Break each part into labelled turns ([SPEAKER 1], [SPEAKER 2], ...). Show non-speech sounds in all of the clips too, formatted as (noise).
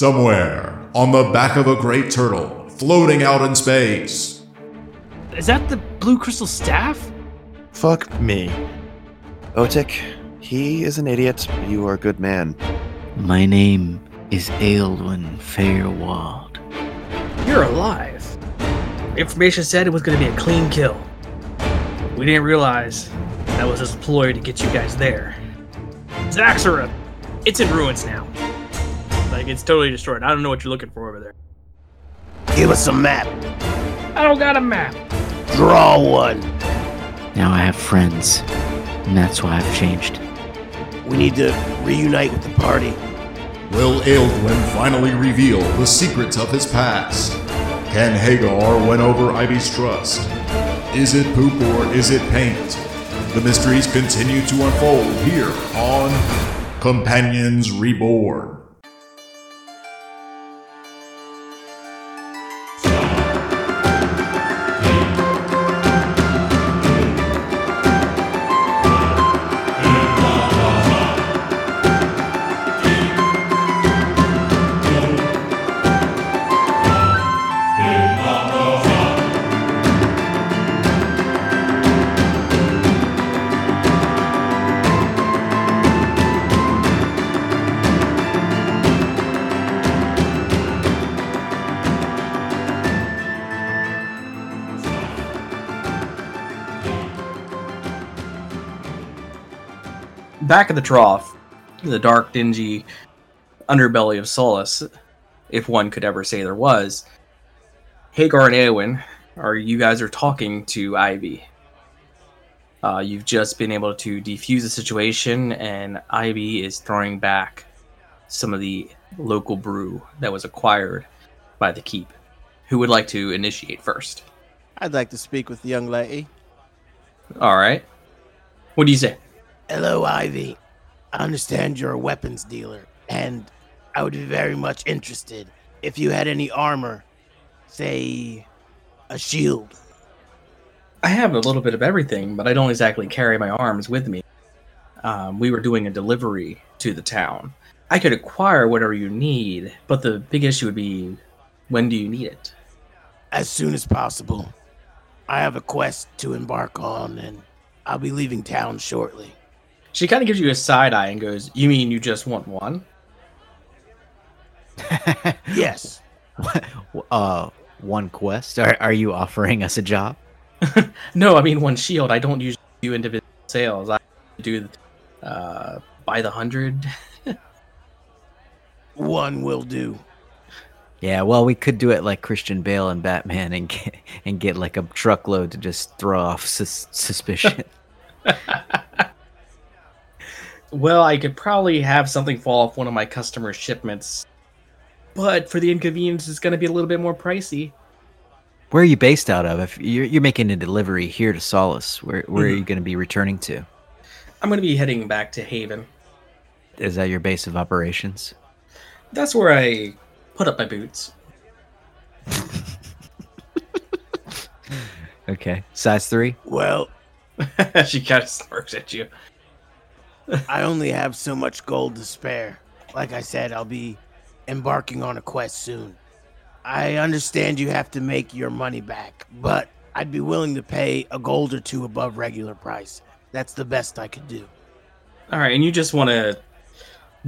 [SPEAKER 1] Somewhere on the back of a great turtle, floating out in space.
[SPEAKER 2] Is that the blue crystal staff?
[SPEAKER 3] Fuck me. Otik, he is an idiot. You are a good man.
[SPEAKER 4] My name is Aelwyn Fairwald.
[SPEAKER 2] You're alive. Information said it was going to be a clean kill. We didn't realize that was his ploy to get you guys there. Zaxxera, it's in ruins now. Like it's totally destroyed. I don't know what you're looking for over there.
[SPEAKER 5] Give us a map.
[SPEAKER 2] I don't got a map.
[SPEAKER 5] Draw one.
[SPEAKER 4] Now I have friends, and that's why I've changed.
[SPEAKER 5] We need to reunite with the party.
[SPEAKER 1] Will Aeldwin finally reveal the secrets of his past? Can Hagar win over Ivy's trust? Is it poop or is it paint? The mysteries continue to unfold here on Companions Reborn.
[SPEAKER 6] back of the trough, the dark, dingy underbelly of Solus, if one could ever say there was, Hagar and Eowyn are you guys are talking to Ivy. Uh, you've just been able to defuse the situation, and Ivy is throwing back some of the local brew that was acquired by the keep. Who would like to initiate first?
[SPEAKER 7] I'd like to speak with the young lady.
[SPEAKER 6] All right. What do you say?
[SPEAKER 5] Hello, Ivy. I understand you're a weapons dealer, and I would be very much interested if you had any armor, say, a shield.
[SPEAKER 6] I have a little bit of everything, but I don't exactly carry my arms with me. Um, we were doing a delivery to the town. I could acquire whatever you need, but the big issue would be when do you need it?
[SPEAKER 5] as soon as possible. I have a quest to embark on, and I'll be leaving town shortly.
[SPEAKER 6] She kind of gives you a side eye and goes, You mean you just want one?
[SPEAKER 5] Yes,
[SPEAKER 4] (laughs) uh, one quest. Are, are you offering us a job?
[SPEAKER 6] No, I mean one shield. I don't usually do individual sales. I do uh, by the hundred. (laughs)
[SPEAKER 5] one will do.
[SPEAKER 4] Yeah, well, we could do it like Christian Bale and Batman, and get, and get like a truckload to just throw off sus- (laughs) suspicion.
[SPEAKER 6] Well, I could probably have something fall off one of my customer shipments, but for the inconvenience, it's going to be a little bit more pricey.
[SPEAKER 4] where are you based out of? If you're, you're making a delivery here to Solace, where where are you going to be returning to?
[SPEAKER 6] I'm going to be heading back to Haven.
[SPEAKER 4] Is that your base of operations?
[SPEAKER 6] That's where I put up my (laughs) boots.
[SPEAKER 4] Okay, size three.
[SPEAKER 5] Well,
[SPEAKER 6] she kind of smirks at you.
[SPEAKER 5] I only have so much gold to spare. Like I said, I'll be embarking on a quest soon. I understand you have to make your money back, but I'd be willing to pay a gold or two above regular price. That's the best I could do.
[SPEAKER 6] All right, and you just want a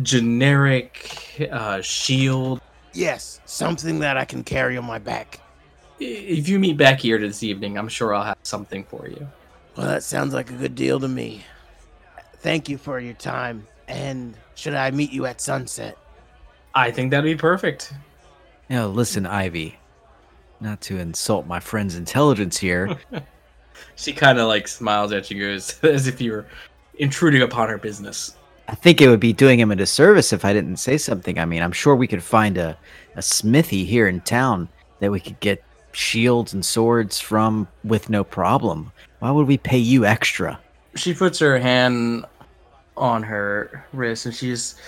[SPEAKER 6] generic uh, shield.
[SPEAKER 5] Yes, something that I can carry on my back.
[SPEAKER 6] I- If you meet back here this evening, I'm sure I'll have something for you.
[SPEAKER 5] Well, that sounds like a good deal to me. Thank you for your time. And should I meet you at sunset?
[SPEAKER 6] I think that'd be perfect.
[SPEAKER 4] Now, listen, Ivy. Not to insult my friend's intelligence here. (laughs)
[SPEAKER 6] She kind of like smiles at you, goes (laughs) as if you were intruding upon her business.
[SPEAKER 4] I think it would be doing him a disservice if I didn't say something. I mean, I'm sure we could find a, a smithy here in town that we could get shields and swords from with no problem. Why would we pay you extra?
[SPEAKER 6] She puts her hand on her wrist and she just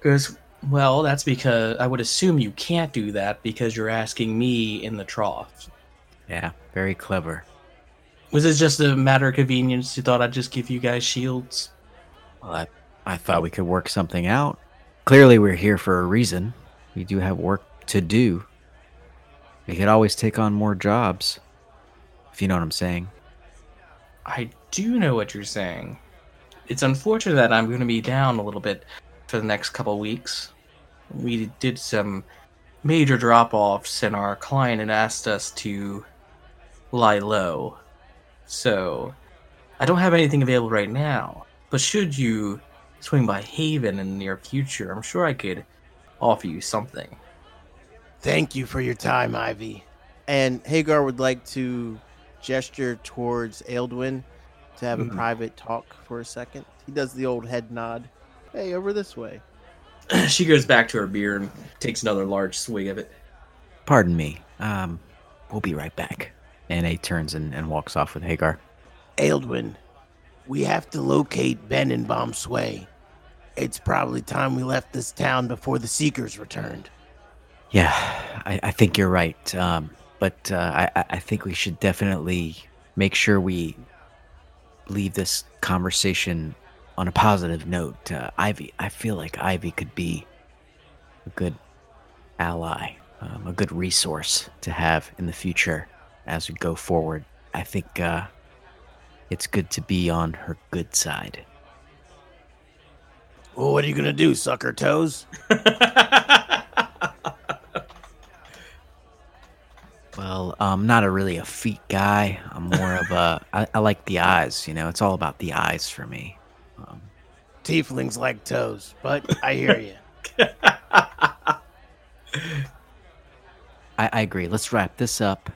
[SPEAKER 6] goes, Well, that's because I would assume you can't do that because you're asking me in the trough.
[SPEAKER 4] Yeah, very clever.
[SPEAKER 6] Was this just a matter of convenience? You thought I'd just give you guys shields?
[SPEAKER 4] Well, I, I thought we could work something out. Clearly, we're here for a reason. We do have work to do. We could always take on more jobs, if you know what I'm saying.
[SPEAKER 6] I do know what you're saying. It's unfortunate that I'm going to be down a little bit for the next couple weeks. We did some major drop offs, and our client had asked us to lie low. So, I don't have anything available right now. But should you swing by Haven in the near future, I'm sure I could offer you something. (clears throat)
[SPEAKER 8] Thank you for your time, Ivy.
[SPEAKER 5] And Hagar would like to gesture towards Aeldwin to have a
[SPEAKER 8] Hmm.
[SPEAKER 6] Mhm.
[SPEAKER 5] private talk for a second. He does the old head nod. Hey, over this way.
[SPEAKER 6] she goes back to her beer and takes another large swig of it.
[SPEAKER 4] Pardon me. Um, we'll be right back. And A turns and, and walks off with Hagar.
[SPEAKER 8] Aeldwin, we have to locate Ben and Bomb Sway. It's probably time we left this town before the Seekers returned.
[SPEAKER 4] Yeah, I, I think you're right. Um, but uh, I, I- I think we should definitely make sure we leave this conversation on a positive note. Uh, Ivy, I feel like Ivy could be a good ally, um, a good resource to have in the future as we go forward. I think uh, it's good to be on her good side.
[SPEAKER 8] Well, what are you gonna do, sucker toes?
[SPEAKER 4] Well, um, I'm not a really a feet guy. I'm more of a. I, I like the eyes. You know, it's all about the eyes for me. Um,
[SPEAKER 8] Tieflings like toes, but I
[SPEAKER 5] (laughs)
[SPEAKER 8] hear you.
[SPEAKER 4] I, I agree. Let's wrap this up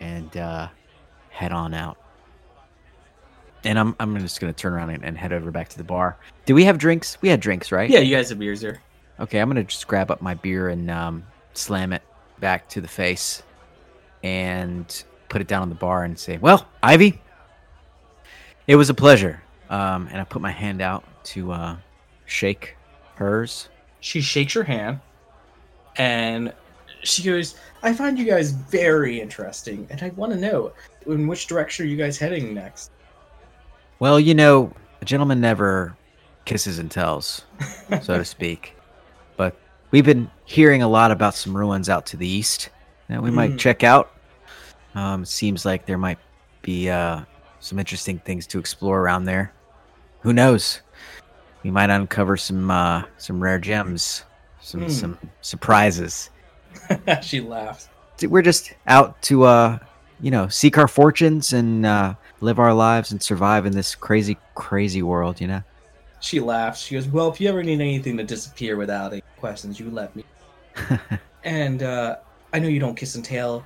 [SPEAKER 4] and uh, head on out. And I'm I'm just gonna turn around and, and head over back to the bar. Did we have drinks? We had drinks, right?
[SPEAKER 6] Yeah, you guys have beers there.
[SPEAKER 4] Okay, I'm gonna just grab up my beer and um, slam it back to the face, and put it down on the bar and say, "Well, Ivy, it was a pleasure." Um, and I put my hand out to uh, shake hers.
[SPEAKER 6] She shakes her hand and she goes, I find you guys very interesting, and I want to know in which direction are you guys heading next? (laughs)
[SPEAKER 4] Well, you know, a gentleman never kisses and tells, so to speak. But we've been hearing a lot about some ruins out to the east that we might
[SPEAKER 6] Mm.
[SPEAKER 4] check out. Um, seems like there might be uh, some interesting things to explore around there. Who knows? We might uncover some uh, some rare gems, some
[SPEAKER 6] Mm.
[SPEAKER 4] some surprises.
[SPEAKER 6] she laughs.
[SPEAKER 4] We're just out to uh, you know seek our fortunes and uh, live our lives and survive in this crazy crazy world. You know.
[SPEAKER 6] She laughs. She goes, Well, if you ever need anything to disappear without any questions, you (laughs) let me. and uh, I know you don't kiss and tell,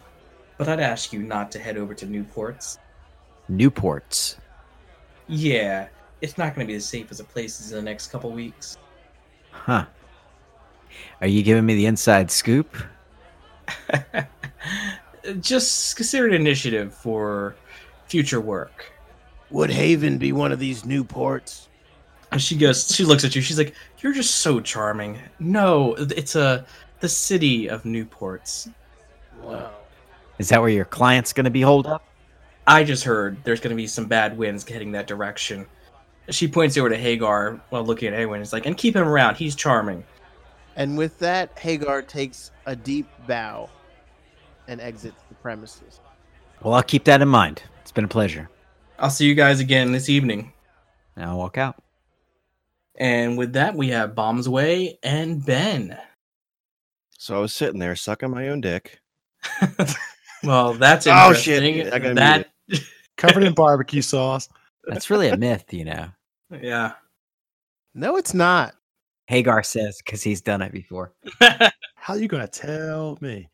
[SPEAKER 6] but I'd ask you not to head over to Newport's.
[SPEAKER 4] Newports.
[SPEAKER 6] Yeah, it's not going to be as safe as it places in the next couple weeks.
[SPEAKER 4] Huh. Are you giving me the inside scoop?
[SPEAKER 6] Uh, Just consider it initiative for future work.
[SPEAKER 8] Would Haven be one of these new ports?
[SPEAKER 6] And she goes, she looks at you. She's like, "You're just so charming." No, it's a the city of Newport's.
[SPEAKER 8] Wow.
[SPEAKER 4] Is that where your client's going to be holed up?
[SPEAKER 6] I just heard there's going to be some bad winds heading that direction. She points over to Hagar while looking at Edwin. It's like, and keep him around. He's charming.
[SPEAKER 5] And with that, Hagar takes a deep bow and exits the premises.
[SPEAKER 4] Well, I'll keep that in mind. It's been a pleasure.
[SPEAKER 6] I'll see you guys again this evening.
[SPEAKER 4] Now I'll walk out.
[SPEAKER 6] And with that, we have Bombs Away and Ben.
[SPEAKER 3] So I was sitting there sucking my own dick.
[SPEAKER 6] Well, that's
[SPEAKER 3] Oh, shit.
[SPEAKER 6] interesting.
[SPEAKER 3] I gotta
[SPEAKER 6] that,
[SPEAKER 9] covered in barbecue sauce.
[SPEAKER 4] That's really a myth, you know.
[SPEAKER 6] yeah.
[SPEAKER 5] No, it's not.
[SPEAKER 4] Hagar says because he's done it before.
[SPEAKER 9] How you gonna tell me?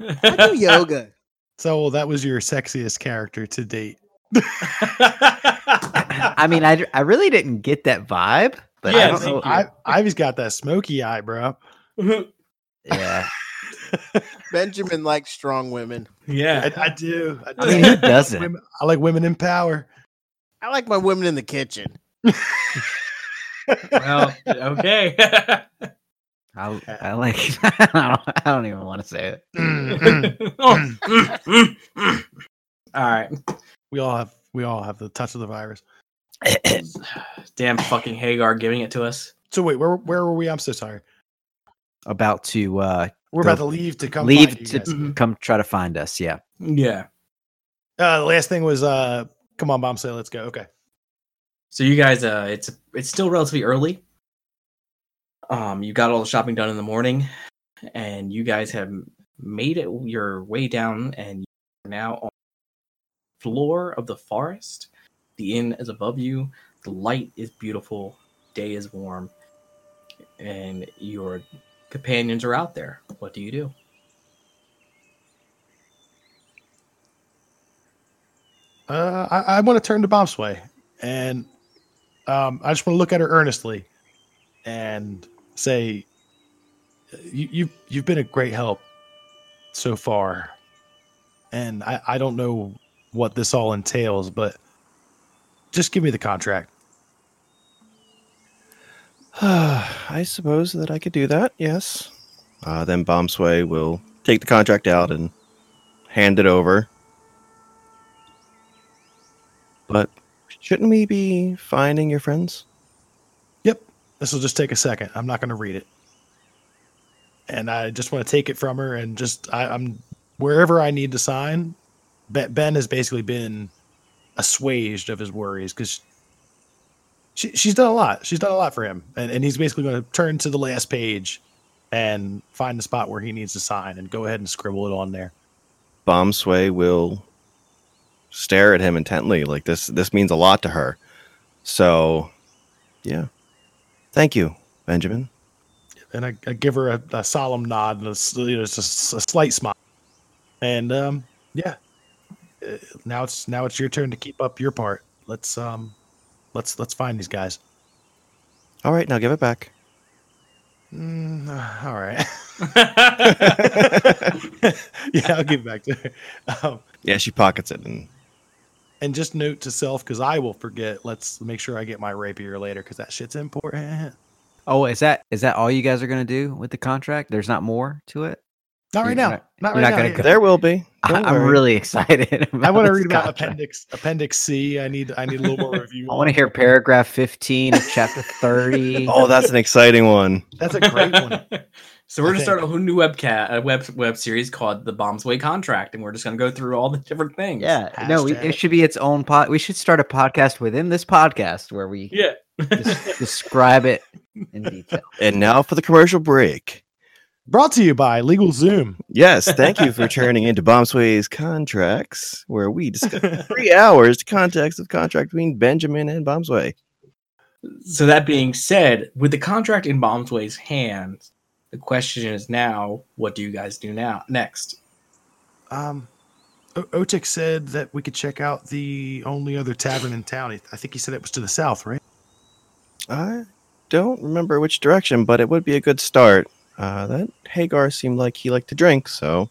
[SPEAKER 5] I
[SPEAKER 6] (laughs)
[SPEAKER 5] do yoga.
[SPEAKER 9] So that was your sexiest character to date.
[SPEAKER 4] I mean, I, I really didn't get that vibe, but I
[SPEAKER 6] Yeah,
[SPEAKER 4] don't
[SPEAKER 6] thank
[SPEAKER 4] know.
[SPEAKER 6] you.
[SPEAKER 9] I Ivy's got that smoky eye, bro.
[SPEAKER 4] Yeah.
[SPEAKER 5] Benjamin likes strong women.
[SPEAKER 9] I,
[SPEAKER 6] yeah.
[SPEAKER 9] I do.
[SPEAKER 6] (laughs)
[SPEAKER 9] I,
[SPEAKER 4] I
[SPEAKER 9] do.
[SPEAKER 4] mean, who doesn't?
[SPEAKER 9] Women- I like women in power.
[SPEAKER 5] I like my women in the kitchen.
[SPEAKER 6] Well, okay. (laughs)
[SPEAKER 4] I, I like. (laughs) I don't, I don't even want to say it.
[SPEAKER 6] (laughs) All right.
[SPEAKER 9] we all have we all have the touch of the virus.
[SPEAKER 6] Damn fucking Hagar giving it to us.
[SPEAKER 9] So wait, where where were we? I'm so sorry.
[SPEAKER 4] about to uh,
[SPEAKER 9] We're
[SPEAKER 4] Go
[SPEAKER 9] about to leave to come
[SPEAKER 4] leave
[SPEAKER 9] find you
[SPEAKER 4] to
[SPEAKER 9] guys. Mm-hmm.
[SPEAKER 6] Mhm.
[SPEAKER 4] come try to find us. Yeah.
[SPEAKER 6] Yeah.
[SPEAKER 9] Uh, the last thing was, uh, come on, bomb say, let's go. Okay.
[SPEAKER 6] So you guys, uh, it's it's still relatively early. Um, you got all the shopping done in the morning, and you guys have made it your way down, and you're now on the floor of the forest. The inn is above you. The light is beautiful. Day is warm, and your companions are out there. What do you
[SPEAKER 9] (laughs)
[SPEAKER 6] do?
[SPEAKER 9] Uh, I, I want to turn to Bob's way, and um, I just want to look at her earnestly and say, you, "You've you've been a great help so far, and I, I don't know what this all entails, but just give me the contract."
[SPEAKER 3] (sighs) I suppose that I could do that. Yes. Uh, then Bomb Sway will take the contract out and hand it over. But shouldn't we be finding your friends?
[SPEAKER 9] Yep, this will just take a second. I'm not going to read it, and I just want to take it from her and just I, I'm wherever I need to sign. Ben, ben has basically been assuaged of his worries because she, she's done a lot. She's done a lot for him, and and he's basically going to turn to the last page and find the spot where he needs to sign and go ahead and scribble it on there.
[SPEAKER 3] Bomb Sway will stare at him intently. Like this, this means a lot to her. So, yeah. Thank you, Benjamin.
[SPEAKER 9] and I, I give her a, a solemn nod and a, s- you know, just a, s- a slight smile. And um, yeah, Uh, now it's now it's your turn to keep up your part. Let's um, let's let's find these guys.
[SPEAKER 3] All right, now give it back.
[SPEAKER 9] Mm, uh, all right. (laughs) yeah, I'll give it back to her. Um,
[SPEAKER 3] Yeah, she pockets it and
[SPEAKER 9] and just note to self because I will forget. Let's make sure I get my rapier later because that shit's important.
[SPEAKER 4] Oh, is that is that all you guys are gonna do with the contract? There's not more to it. (laughs)
[SPEAKER 9] Not right
[SPEAKER 4] You're
[SPEAKER 9] now.
[SPEAKER 4] not-
[SPEAKER 9] Not
[SPEAKER 4] you're not
[SPEAKER 9] right now.
[SPEAKER 4] gonna
[SPEAKER 9] yeah.
[SPEAKER 4] go-
[SPEAKER 3] there will be.
[SPEAKER 4] I,
[SPEAKER 3] Don't
[SPEAKER 4] I'm
[SPEAKER 3] worry.
[SPEAKER 4] really excited. About
[SPEAKER 9] (laughs) I want to
[SPEAKER 4] this
[SPEAKER 9] read
[SPEAKER 4] (laughs)
[SPEAKER 9] about
[SPEAKER 4] contract.
[SPEAKER 9] appendix appendix C. I need I need a little more review.
[SPEAKER 4] (laughs) I want to hear paragraph 15 of
[SPEAKER 9] (laughs)
[SPEAKER 4] chapter 30.
[SPEAKER 3] Oh, that's an exciting one.
[SPEAKER 9] That's a great one.
[SPEAKER 6] so we're
[SPEAKER 9] I
[SPEAKER 6] gonna start a
[SPEAKER 9] think.
[SPEAKER 6] whole new webcat, a web web series called the Bombs Way Contract, and we're just gonna go through all the different things.
[SPEAKER 4] Yeah, no, we,
[SPEAKER 9] Hashtag.
[SPEAKER 4] it should be its own pod. We should start a podcast within this podcast where we
[SPEAKER 6] Yeah.
[SPEAKER 4] des- describe
[SPEAKER 9] (laughs)
[SPEAKER 4] it in detail.
[SPEAKER 3] And now for the commercial break.
[SPEAKER 9] Brought to you by Legal Zoom.
[SPEAKER 3] Yes, thank you
[SPEAKER 4] (laughs)
[SPEAKER 3] for turning into Bomb Sway's contracts, where we discuss three hours to context of contract between Benjamin and Bomb Sway.
[SPEAKER 6] So that being said, with the contract in Bombsway's hands, the question is now, what do you guys do now next?
[SPEAKER 9] Um, o- Otik said that we could check out the only other tavern in town. I I think he said it was to the south, right?
[SPEAKER 3] I don't remember which direction, but it would be a good start. Uh, that Hagar seemed like he liked to drink, so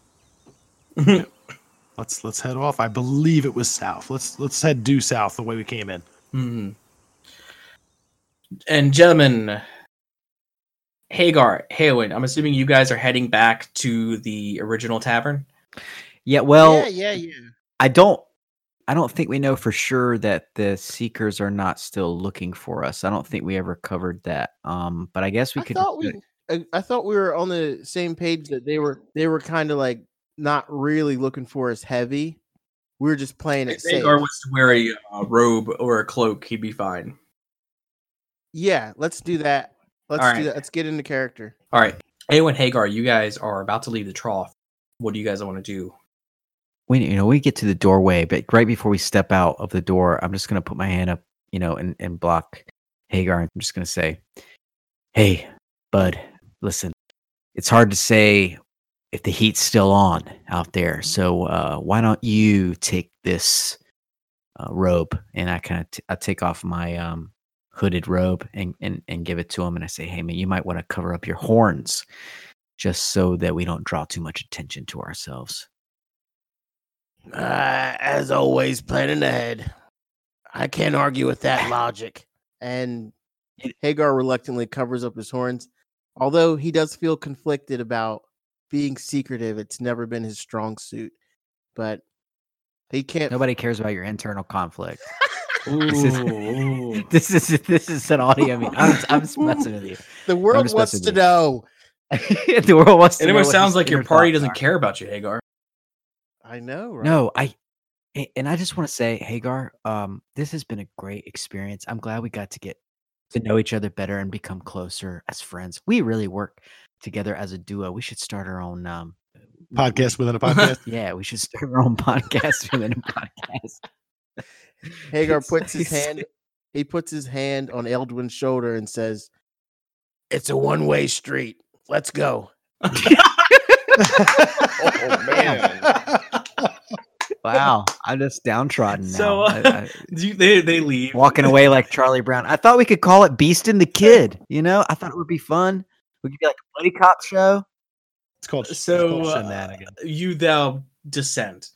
[SPEAKER 9] Let's let's head off. I believe it was south. Let's let's head due south the way we came in.
[SPEAKER 6] Hmm. And gentlemen, Hagar, Haywin, I'm assuming you guys are heading back to the original tavern.
[SPEAKER 4] Yeah, well,
[SPEAKER 5] yeah, yeah, yeah.
[SPEAKER 4] I don't I don't think we know for sure that the seekers are not still looking for us. I don't think we ever covered that. Um, but I guess we
[SPEAKER 5] I
[SPEAKER 4] could
[SPEAKER 5] thought we, I, I thought we were on the same page that they were. They were kind of like not really looking for us heavy. We were just playing it
[SPEAKER 6] If
[SPEAKER 5] safe.
[SPEAKER 6] Hagar was to wear a uh, robe or a cloak, he'd be fine.
[SPEAKER 5] yeah, let's do that. Let's
[SPEAKER 6] All right.
[SPEAKER 5] do that. Let's get into character.
[SPEAKER 6] All right, Haywin, Hagar, you guys are about to leave the trough. What do you guys want to do?
[SPEAKER 4] we you know we get to the doorway but right before we step out of the door i'm just going to put my hand up you know and, and block hagar i'm just going to say hey bud listen it's hard to say if the heat's still on out there so uh, why don't you take this uh, robe and i kind of t- i take off my um, hooded robe and, and and give it to him and i say hey man you might want to cover up your horns just so that we don't draw too much attention to ourselves
[SPEAKER 8] Uh, as always, planning ahead. I can't argue with
[SPEAKER 5] (laughs)
[SPEAKER 8] that logic.
[SPEAKER 5] And Hagar reluctantly covers up his horns, although he does feel conflicted about being secretive. It's never been his strong suit, but he
[SPEAKER 6] (laughs)
[SPEAKER 5] can't.
[SPEAKER 4] Nobody cares about your internal conflict. is-
[SPEAKER 6] Ooh.
[SPEAKER 4] (laughs)
[SPEAKER 6] (laughs)
[SPEAKER 4] This is this is an audio. I mean, I'm, I'm just messing with you.
[SPEAKER 5] the world
[SPEAKER 4] just
[SPEAKER 5] wants
[SPEAKER 4] messing
[SPEAKER 5] to
[SPEAKER 4] with you. (laughs)
[SPEAKER 5] know.
[SPEAKER 4] the world wants to
[SPEAKER 6] It
[SPEAKER 4] know
[SPEAKER 6] almost
[SPEAKER 4] what
[SPEAKER 6] sounds
[SPEAKER 4] his
[SPEAKER 6] like your
[SPEAKER 4] inner
[SPEAKER 6] party
[SPEAKER 4] thoughts
[SPEAKER 6] doesn't
[SPEAKER 4] are.
[SPEAKER 6] care about you, Hagar.
[SPEAKER 5] I know, right?
[SPEAKER 8] (laughs)
[SPEAKER 4] No, I a- and I just want to say, Hagar, um, this has been a great experience. I'm glad we got to get to know each other better and become closer as friends. We really work together as a duo. We should start our own um
[SPEAKER 9] Podcast within a podcast.
[SPEAKER 4] Yeah, we should (laughs) start our own podcast (laughs) within a podcast.
[SPEAKER 5] Hagar
[SPEAKER 4] It's
[SPEAKER 5] puts his
[SPEAKER 4] like-
[SPEAKER 5] hand he puts his hand on Eldwin's shoulder and says,
[SPEAKER 8] It's a one way street. Let's go.
[SPEAKER 1] (laughs)
[SPEAKER 4] (laughs)
[SPEAKER 1] Oh, man.
[SPEAKER 4] Wow, I'm just downtrodden now.
[SPEAKER 6] So, uh,
[SPEAKER 4] I-
[SPEAKER 6] (laughs)
[SPEAKER 4] I-
[SPEAKER 6] Do you, they they leave.
[SPEAKER 4] walking away like Charlie Brown. I thought we could call it Beast and the Kid. You know, I thought it would be fun. We could be like a buddy cop show.
[SPEAKER 9] (laughs) It's called, it's
[SPEAKER 6] So,
[SPEAKER 9] called
[SPEAKER 6] uh,
[SPEAKER 9] shenanigans.
[SPEAKER 6] you thou descend.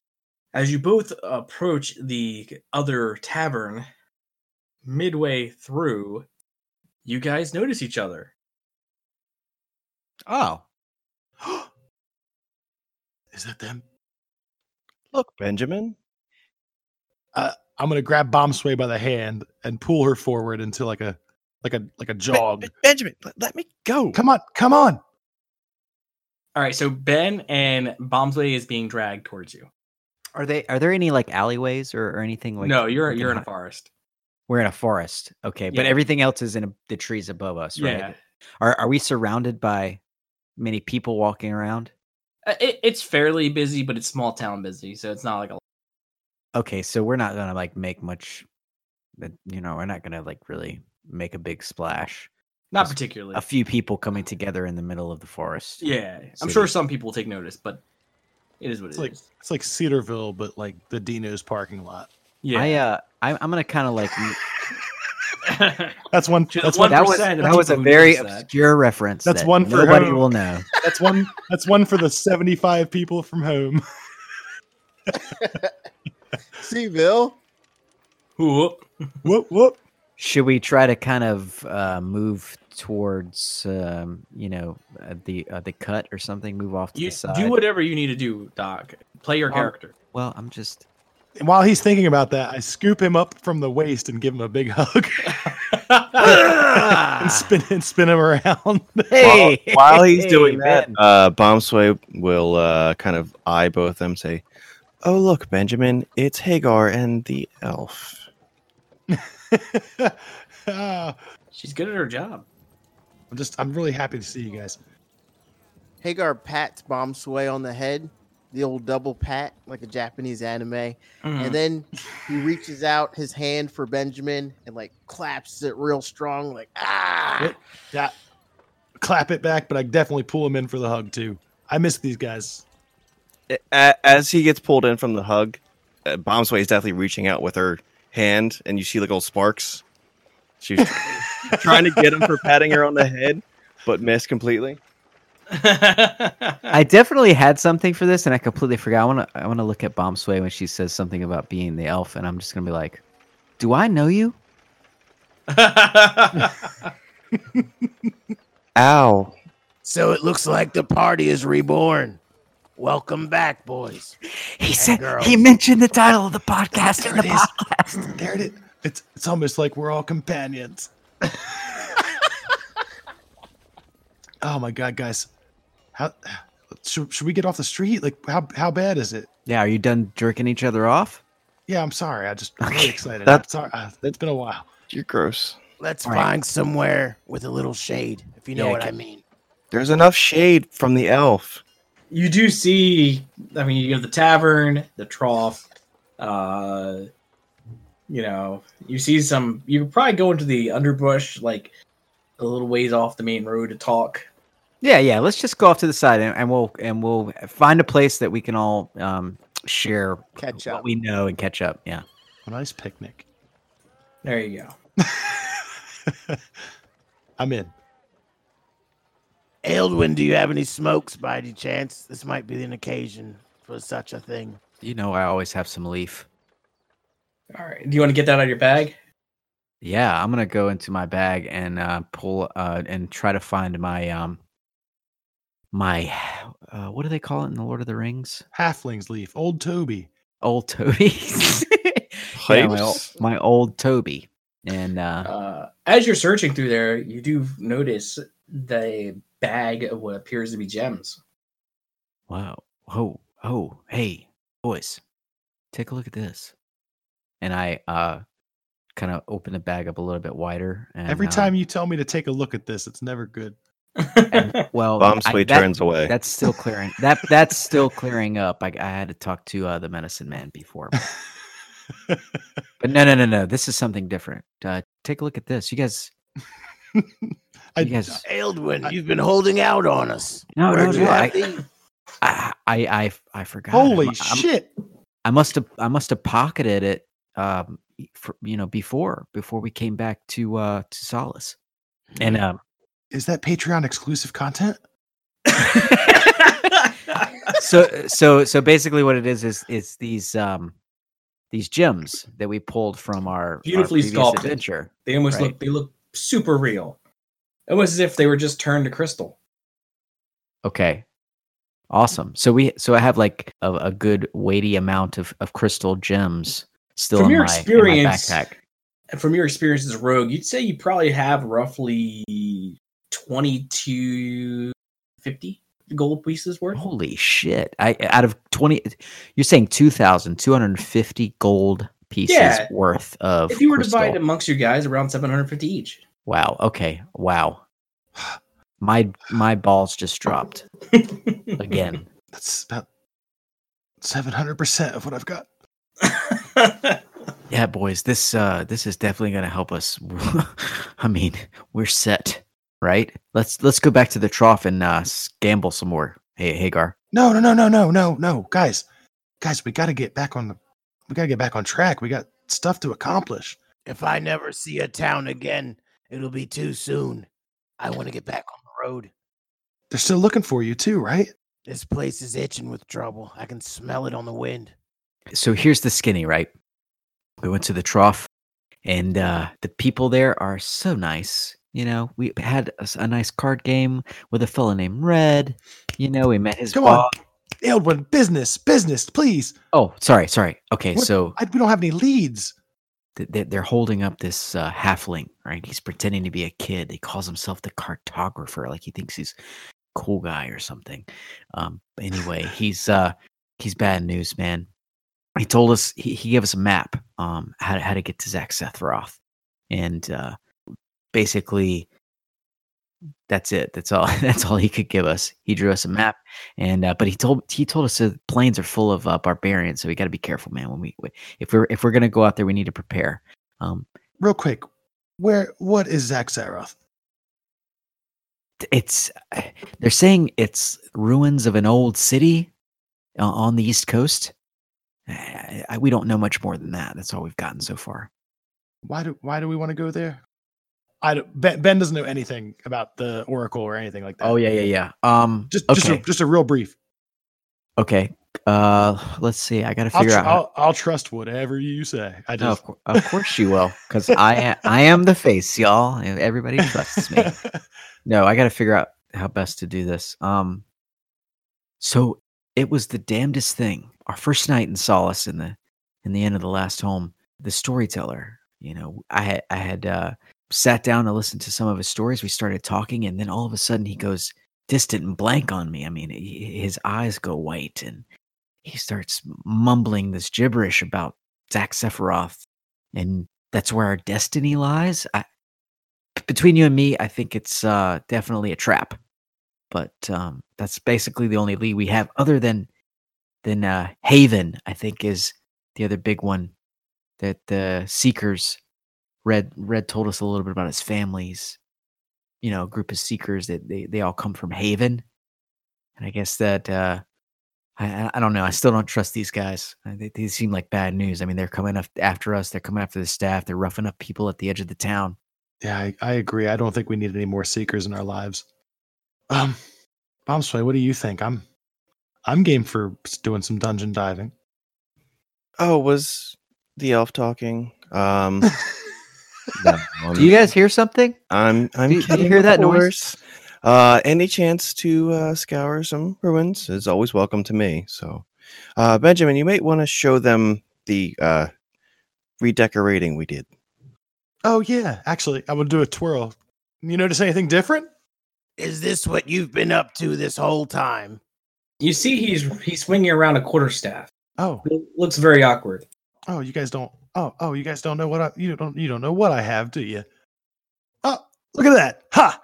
[SPEAKER 6] As you both approach the other tavern, midway through, you guys notice each other.
[SPEAKER 4] Oh,
[SPEAKER 9] (gasps) Is that them?
[SPEAKER 3] Look, Benjamin.
[SPEAKER 9] I'm gonna grab Bomb Sway by the hand and pull her forward into like a like a like a (laughs) jog.
[SPEAKER 3] Benjamin, let, me go.
[SPEAKER 9] Come on, come on.
[SPEAKER 6] All right, so Ben and Bombsley is being dragged towards you.
[SPEAKER 4] are they? Are there any like alleyways or, or anything like?
[SPEAKER 6] no, you're
[SPEAKER 4] we
[SPEAKER 6] you're
[SPEAKER 4] can
[SPEAKER 6] in a
[SPEAKER 4] hide?
[SPEAKER 6] forest.
[SPEAKER 4] We're in a forest. Okay, but
[SPEAKER 6] Yeah.
[SPEAKER 4] everything else is in a, the trees above us, right?
[SPEAKER 6] Yeah,
[SPEAKER 4] Are Are we surrounded by many people walking around?
[SPEAKER 6] Uh, it, it's fairly busy, but it's small town busy, so it's not like a.
[SPEAKER 4] Okay, so we're not gonna like make much. but, You know, we're not gonna like really make a big splash.
[SPEAKER 6] Not
[SPEAKER 4] Just
[SPEAKER 6] particularly.
[SPEAKER 4] A few people coming together in the middle of the forest.
[SPEAKER 6] yeah, I'm
[SPEAKER 4] City.
[SPEAKER 6] sure some people will take notice, but it is what it
[SPEAKER 9] It's
[SPEAKER 6] is.
[SPEAKER 9] like it's like Cedarville, but like the Dino's parking lot.
[SPEAKER 6] yeah,
[SPEAKER 4] I uh, I, I'm gonna kind of like
[SPEAKER 6] (laughs)
[SPEAKER 4] m-
[SPEAKER 9] That's one.
[SPEAKER 6] Just
[SPEAKER 9] That's
[SPEAKER 6] one-
[SPEAKER 9] one.
[SPEAKER 4] that was
[SPEAKER 6] 1% of
[SPEAKER 4] that was a
[SPEAKER 6] people who
[SPEAKER 4] very
[SPEAKER 6] noticed that.
[SPEAKER 4] obscure reference.
[SPEAKER 9] That's
[SPEAKER 4] that
[SPEAKER 9] one for
[SPEAKER 4] nobody
[SPEAKER 9] who-
[SPEAKER 4] will know.
[SPEAKER 9] That's one. That's one for the 75 people from home. (laughs)
[SPEAKER 5] See, Bill?
[SPEAKER 6] (laughs) Who?
[SPEAKER 9] Whoop whoop.
[SPEAKER 4] Should we try to kind of uh, move towards um, you know uh, the uh, the cut or something? Move off to
[SPEAKER 6] You
[SPEAKER 4] the side.
[SPEAKER 6] do whatever you need to do, Doc. Play your
[SPEAKER 4] Um,
[SPEAKER 6] character.
[SPEAKER 4] well, I'm just
[SPEAKER 9] And while he's thinking about that, I scoop him up from the waist and give him a big hug (laughs) and spin and spin him around. (laughs)
[SPEAKER 4] hey.
[SPEAKER 3] While he's doing
[SPEAKER 4] hey,
[SPEAKER 3] that,
[SPEAKER 4] Ben.
[SPEAKER 3] uh, Bomb Sway will uh, kind of eye both of them, say, "Oh, look, Benjamin, it's Hagar and the elf."
[SPEAKER 9] Ah,
[SPEAKER 6] She's good at her job.
[SPEAKER 9] I'm just. I'm really happy to see you guys.
[SPEAKER 5] Hagar pats Bomb Sway on the head, the old double pat, like a Japanese anime.
[SPEAKER 4] Mm-hmm.
[SPEAKER 5] And then he reaches out his hand for Benjamin and like claps it real strong, like ah.
[SPEAKER 9] Yep. Yeah. Clap it back, but I definitely pull him in for the hug too. I miss these guys.
[SPEAKER 3] A- As he gets pulled in from the hug, uh, Bomb Sway is definitely reaching out with her hand, and you see like little sparks. She's
[SPEAKER 4] (laughs)
[SPEAKER 3] trying to get him for patting her on the head, but missed completely.
[SPEAKER 4] I definitely had something for this, and I completely forgot. I want to I want to look at Bomb Sway when she says something about being the elf, and I'm just gonna be like, "Do I know you?"
[SPEAKER 3] Ow!
[SPEAKER 8] So it looks like the party is reborn. Welcome back, boys.
[SPEAKER 4] He said he
[SPEAKER 8] girls.
[SPEAKER 4] mentioned the title of the podcast in the
[SPEAKER 9] it is.
[SPEAKER 4] podcast.
[SPEAKER 9] (laughs) There it is. It's it's almost like we're all companions. (laughs) oh my god, guys. How should, should we get off the street? Like how how bad is it?
[SPEAKER 4] Yeah, are you done jerking each other off?
[SPEAKER 9] Yeah, I'm sorry. I just I'm really excited. I'm
[SPEAKER 3] That's-
[SPEAKER 9] sorry. Uh, it's been a while.
[SPEAKER 3] You're gross.
[SPEAKER 8] Let's
[SPEAKER 4] All right.
[SPEAKER 8] find somewhere with a little shade, if you know
[SPEAKER 4] Yeah,
[SPEAKER 8] what
[SPEAKER 4] ca-
[SPEAKER 8] I mean.
[SPEAKER 3] There's enough shade from the elf.
[SPEAKER 6] you do see. I mean, you have the tavern, the trough. Uh, you know, you see some. You probably go into the underbrush, like a little ways off the main road to talk.
[SPEAKER 4] Yeah, yeah. Let's just go off to the side, and, and we'll and we'll find a place that we can all um, share
[SPEAKER 5] Catch
[SPEAKER 4] what
[SPEAKER 5] up.
[SPEAKER 4] we know and catch up. Yeah.
[SPEAKER 9] A nice picnic.
[SPEAKER 6] There you go.
[SPEAKER 9] I'm in.
[SPEAKER 8] Aildwin, do you have any smokes by any chance? This might be an occasion for such a thing.
[SPEAKER 4] You know, I always have some leaf.
[SPEAKER 6] (laughs) All right. Do you want to get that out of your bag?
[SPEAKER 4] Yeah, I'm gonna go into my bag and uh, pull uh, and try to find my um my uh, what do they call it in the Lord of the Rings?
[SPEAKER 9] Halfling's leaf. Old Toby.
[SPEAKER 4] Old Toby. (laughs) Yeah, my, ol- my old Toby. And uh,
[SPEAKER 6] Uh, as you're searching through there, you do notice the bag of what appears to be gems.
[SPEAKER 4] Wow. Oh, oh, hey, boys, take a look at this. And I uh kind of open the bag up a little bit wider. And,
[SPEAKER 9] Every
[SPEAKER 4] uh,
[SPEAKER 9] time you tell me to take a look at this, it's never good. (laughs)
[SPEAKER 6] (laughs)
[SPEAKER 4] and, well,
[SPEAKER 3] Bomb
[SPEAKER 4] Oh, I-
[SPEAKER 3] Sway
[SPEAKER 4] that-
[SPEAKER 3] turns away.
[SPEAKER 4] That's still clearing. that that's still clearing up. I, I had to talk to uh, the medicine man before, but no, no, no, no. This is something different. Uh, take a look at this. You guys,
[SPEAKER 9] I,
[SPEAKER 4] you guys.
[SPEAKER 8] Aildwin, you've been holding out on us.
[SPEAKER 4] No, no,
[SPEAKER 8] Where'd you
[SPEAKER 4] no.
[SPEAKER 8] have
[SPEAKER 4] I,
[SPEAKER 8] these?
[SPEAKER 4] I, I, I, I forgot. I'm-
[SPEAKER 9] holy
[SPEAKER 4] I'm-
[SPEAKER 9] shit!
[SPEAKER 4] I must have I must have pocketed it um e- for, you know before before we came back to uh to Solace. And
[SPEAKER 6] Mm.
[SPEAKER 4] um
[SPEAKER 9] Is that Patreon exclusive content?
[SPEAKER 4] so uh, so so basically what it is is is these um these gems that we pulled from our our
[SPEAKER 6] Beautifully
[SPEAKER 4] previous
[SPEAKER 6] sculpted.
[SPEAKER 4] adventure.
[SPEAKER 6] They almost
[SPEAKER 4] Right.
[SPEAKER 6] look they look super real. Almost as if they were just turned to crystal.
[SPEAKER 4] Okay. Awesome. So we so I have like a, a good weighty amount of, of crystal gems still
[SPEAKER 6] From
[SPEAKER 4] in,
[SPEAKER 6] your
[SPEAKER 4] my, in my
[SPEAKER 6] experience-
[SPEAKER 4] backpack.
[SPEAKER 6] And from your experience as a rogue, you'd say you probably have roughly 20 to 50 gold pieces worth.
[SPEAKER 4] Holy shit. I out of 20 you're saying 2250 gold pieces
[SPEAKER 6] Yeah.
[SPEAKER 4] worth of
[SPEAKER 6] if you were
[SPEAKER 4] crystal.
[SPEAKER 6] divided amongst you guys, around 750 each.
[SPEAKER 4] Wow. Okay. Wow. My my balls just dropped again.
[SPEAKER 9] That's about seven hundred percent of what I've got.
[SPEAKER 4] yeah, boys. This uh this is definitely going to help us. (laughs) I mean, we're set, right? Let's let's go back to the trough and uh gamble some more. Hey, Hagar.
[SPEAKER 9] No, no, no, no, no, no, no, guys, guys, we got to get back on the, we got to get back on track. We got stuff to accomplish.
[SPEAKER 8] If I never see a town again, it'll be too soon. I want to get back on the road.
[SPEAKER 9] They're still looking for you too, right?
[SPEAKER 8] This place is itching with trouble. I can smell it on the wind.
[SPEAKER 4] So here's the skinny, right? We went to the trough and uh the people there are so nice. You know, we had a, s- a nice card game with a fella named Red. You know, we met his
[SPEAKER 9] Come
[SPEAKER 4] boss.
[SPEAKER 9] on, Eldwin, business, business, please.
[SPEAKER 4] Oh, sorry, sorry. Okay,
[SPEAKER 9] What-
[SPEAKER 4] so
[SPEAKER 9] I, we don't have any leads.
[SPEAKER 4] th- they- they're holding up this uh, halfling, right? He's pretending to be a kid. He calls himself the cartographer, like he thinks he's a cool guy or something. Um, but anyway, he's uh, he's bad news, man. He told us he, he gave us a map, um, how to, how to get to Zach Sethroth, and uh, basically that's it. That's all. (laughs) That's all he could give us. He drew us a map, and uh, but he told he told us the plains are full of uh, barbarians, so we got to be careful, man. When we if we're if we're gonna go out there, we need to prepare. Um,
[SPEAKER 9] Real quick, where what is Zach Zaroth?
[SPEAKER 4] t- it's they're saying it's ruins of an old city uh, on the east coast. I, I- we don't know much more than that. That's all we've gotten so far.
[SPEAKER 9] Why do why do we want to go there? I don't, ben, ben doesn't know anything about the Oracle or anything like that.
[SPEAKER 4] Oh, yeah, yeah, yeah. Um,
[SPEAKER 9] just
[SPEAKER 4] okay,
[SPEAKER 9] just a, just a real brief.
[SPEAKER 4] okay. Uh, let's see. I got to
[SPEAKER 9] I'll,
[SPEAKER 4] figure
[SPEAKER 9] tr-
[SPEAKER 4] out. how-
[SPEAKER 9] I'll I'll trust whatever you say. I
[SPEAKER 4] No,
[SPEAKER 9] just
[SPEAKER 4] of, cour- of course you will, because I am, I am the face, y'all. and Everybody trusts me. No, I got to figure out how best to do this. Um, so it was the damnedest thing. Our first night in Solace, in the in the end of the last home, the storyteller. You know, I had I had uh, sat down to listen to some of his stories. We started talking, and then all of a sudden, he goes distant and blank on me. I mean, he, his eyes go white, and he starts mumbling this gibberish about Zach Sephiroth, and that's where our destiny lies. I, b- between you and me, I think it's uh, definitely a trap. But um, that's basically the only lead we have, other than than uh, Haven. I think is the other big one that the Seekers. Red Red told us a little bit about his families. You know, a group of Seekers that they they all come from Haven, and I guess that. Uh, I- I, I don't know. I still don't trust these guys. Uh, They, they seem like bad news. I mean, they're coming af- after us. They're coming after the staff. They're roughing up people at the edge of the town.
[SPEAKER 9] (laughs) yeah, I, I agree. I don't think we need any more seekers in our lives. Um, Bomb Sway, what do you think? I'm I'm game for s- doing some dungeon diving.
[SPEAKER 3] Oh, was the elf talking?
[SPEAKER 4] (laughs)
[SPEAKER 3] Um, I'm,
[SPEAKER 4] Do you guys hear something?
[SPEAKER 3] I'm, I'm
[SPEAKER 4] do you- do you
[SPEAKER 3] kidding,
[SPEAKER 4] hear
[SPEAKER 3] of
[SPEAKER 4] that noise?
[SPEAKER 3] course. Uh, any chance to uh, scour some ruins is always welcome to me. So, uh, Benjamin, you might want to show them the uh, redecorating we did.
[SPEAKER 9] oh yeah, actually, I would do a twirl. You notice anything different?
[SPEAKER 8] Is this what you've been up to this whole time?
[SPEAKER 6] (laughs) You see, he's he's swinging around a quarterstaff.
[SPEAKER 9] Oh,
[SPEAKER 6] It looks very awkward.
[SPEAKER 9] oh, you guys don't. Oh, oh, you guys don't know what I. You don't. You don't know what I have, do you? Oh, look at that! Ha!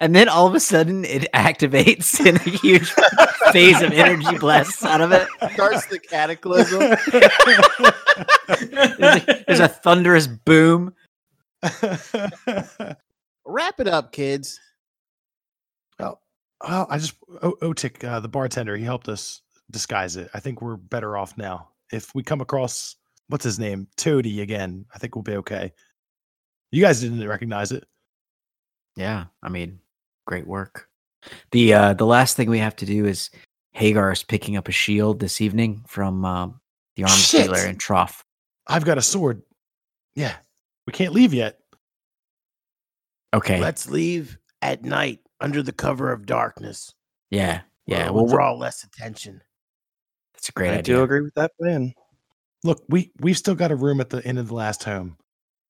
[SPEAKER 4] And then all of a sudden, it activates (laughs) in a huge (laughs) phase of energy blasts out of
[SPEAKER 9] (laughs)
[SPEAKER 4] it.
[SPEAKER 5] Starts the cataclysm.
[SPEAKER 9] (laughs)
[SPEAKER 4] (laughs) There's a, there's a thunderous boom.
[SPEAKER 5] Wrap it up, kids.
[SPEAKER 9] Oh, I just O- Otik, uh, the bartender, he helped us disguise it. I think we're better off now. If we come across what's his name, Toady again, I think we'll be okay. You guys didn't recognize it.
[SPEAKER 4] Yeah, I mean, great work. The uh the last thing we have to do is Hagar is picking up a shield this evening from um, the arms
[SPEAKER 9] Shit.
[SPEAKER 4] dealer in Trough.
[SPEAKER 9] I've got a sword. Yeah, we can't leave yet.
[SPEAKER 4] Okay.
[SPEAKER 8] Let's leave at night under the cover of darkness.
[SPEAKER 4] yeah. Yeah.
[SPEAKER 8] we'll
[SPEAKER 4] Well,
[SPEAKER 8] draw less attention.
[SPEAKER 4] that's a great
[SPEAKER 3] I
[SPEAKER 4] idea.
[SPEAKER 3] do agree with that plan.
[SPEAKER 9] Look, we we've still got a room at the end of the last home,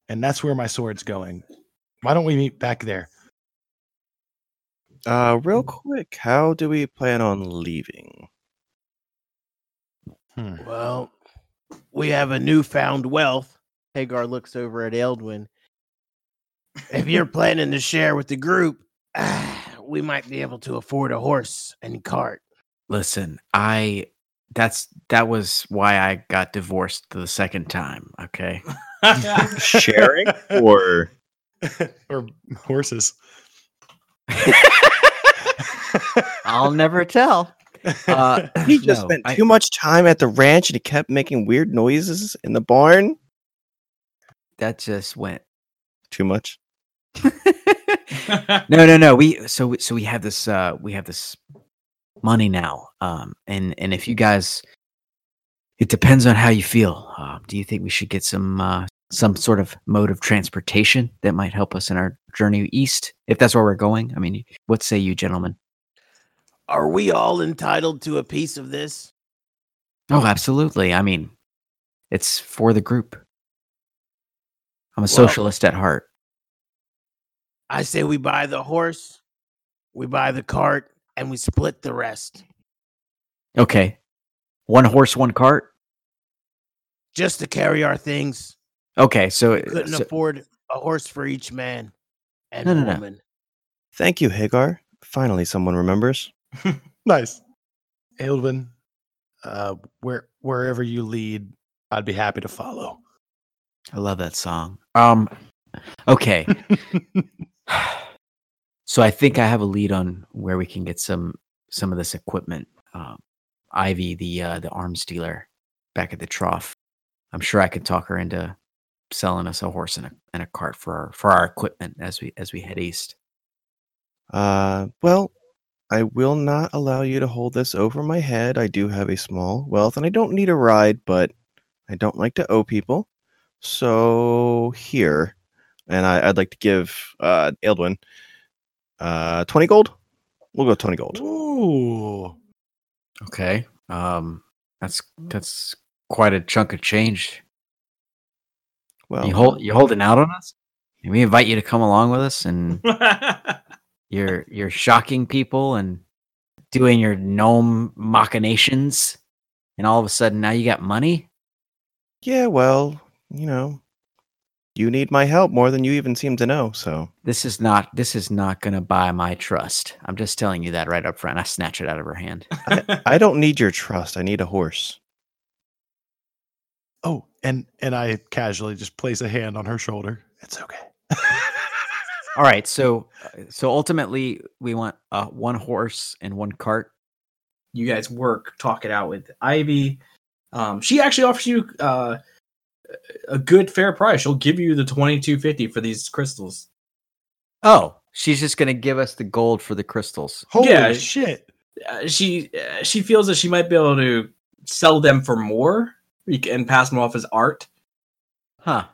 [SPEAKER 9] and that's where my sword's going. Why don't we meet back there?
[SPEAKER 3] Uh, real
[SPEAKER 4] Mm.
[SPEAKER 3] quick, how do we plan on leaving?
[SPEAKER 9] Hmm.
[SPEAKER 8] Well, we have a newfound wealth.
[SPEAKER 5] Hagar looks over at Eldwin.
[SPEAKER 8] If
[SPEAKER 4] (laughs)
[SPEAKER 8] you're planning to share with the group, (sighs) ah, we might be able to afford a horse and cart.
[SPEAKER 4] Listen, I that's that was why I got divorced the second time, okay?
[SPEAKER 3] (laughs) Sharing or
[SPEAKER 9] (laughs) or horses.
[SPEAKER 4] I'll never tell. Uh,
[SPEAKER 3] (laughs) he just
[SPEAKER 4] no,
[SPEAKER 3] spent
[SPEAKER 4] I-
[SPEAKER 3] too much time at the ranch and he kept making weird noises in the barn.
[SPEAKER 4] that just went (laughs)
[SPEAKER 3] Too much.
[SPEAKER 4] no, no, no. We so we- so we have this uh we have this money now. Um and and if you guys it depends on how you feel. Uh, do you think we should get some uh some sort of mode of transportation that might help us in our journey east if that's where we're going? I mean, what say you gentlemen?
[SPEAKER 8] Are we all entitled to a piece of this?
[SPEAKER 4] Oh, absolutely. I mean, it's for the group. I'm a
[SPEAKER 8] Well-
[SPEAKER 4] socialist at heart.
[SPEAKER 8] I say we buy the horse, we buy the cart, and we split the rest.
[SPEAKER 4] Okay. One horse, one cart.
[SPEAKER 8] Just to carry our things.
[SPEAKER 4] Okay, so,
[SPEAKER 8] Couldn't
[SPEAKER 4] Uh, so
[SPEAKER 8] afford a horse for each man and
[SPEAKER 4] No, no, no.
[SPEAKER 8] woman.
[SPEAKER 3] Thank you, Hagar. Finally, someone remembers.
[SPEAKER 9] Nice. Aildwin, uh, where wherever you lead, I'd be happy to follow.
[SPEAKER 4] I love that song. Um okay. (laughs) so I think I have a lead on where we can get some some of this equipment. Um, Ivy, the uh, the arms dealer, back at the trough. I'm sure I could talk her into selling us a horse and a and a cart for our for our equipment as we as we head east.
[SPEAKER 3] Uh, well, I will not allow you to hold this over my head. I do have a small wealth and I don't need a ride, but I don't like to owe people. So here, and I, I'd like to give uh, Eldwin uh, 20 gold. We'll go 20 gold.
[SPEAKER 9] Ooh.
[SPEAKER 4] (laughs) Okay. Um, that's that's quite a chunk of change.
[SPEAKER 3] Well,
[SPEAKER 4] You hold you holding out on us. And we invite you to come along with us,
[SPEAKER 6] (laughs)
[SPEAKER 4] and you're you're shocking people and doing your gnome machinations, and all of a sudden now you got money.
[SPEAKER 3] yeah, well, you know, you need my help more than you even seem to know. So
[SPEAKER 4] This is not this is not gonna buy my trust. I'm just telling you that right up front. I snatch it out of her hand.
[SPEAKER 3] I don't need your trust. I need a horse.
[SPEAKER 9] Oh, and and I casually just place a hand on her shoulder. It's okay.
[SPEAKER 4] All right, so uh, so ultimately we want uh, one horse and one cart.
[SPEAKER 6] you guys work, talk it out with Ivy. Um, she actually offers you uh, a good fair price. She'll give you the twenty two fifty for these crystals.
[SPEAKER 4] Oh, she's just gonna give us the gold for the crystals.
[SPEAKER 9] Holy
[SPEAKER 6] Yeah.
[SPEAKER 9] shit.
[SPEAKER 6] Uh, she uh, she feels that she might be able to sell them for more you can- and pass them off as art,
[SPEAKER 4] Huh.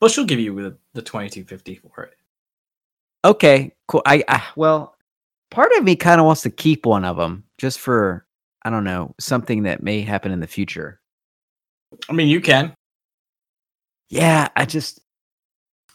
[SPEAKER 6] but she'll give you the, the twenty two fifty for it.
[SPEAKER 4] Okay, cool. I, I well, part of me kind of wants to keep one of them just for I don't know something that may happen in the future.
[SPEAKER 6] I mean, you can.
[SPEAKER 4] Yeah, I just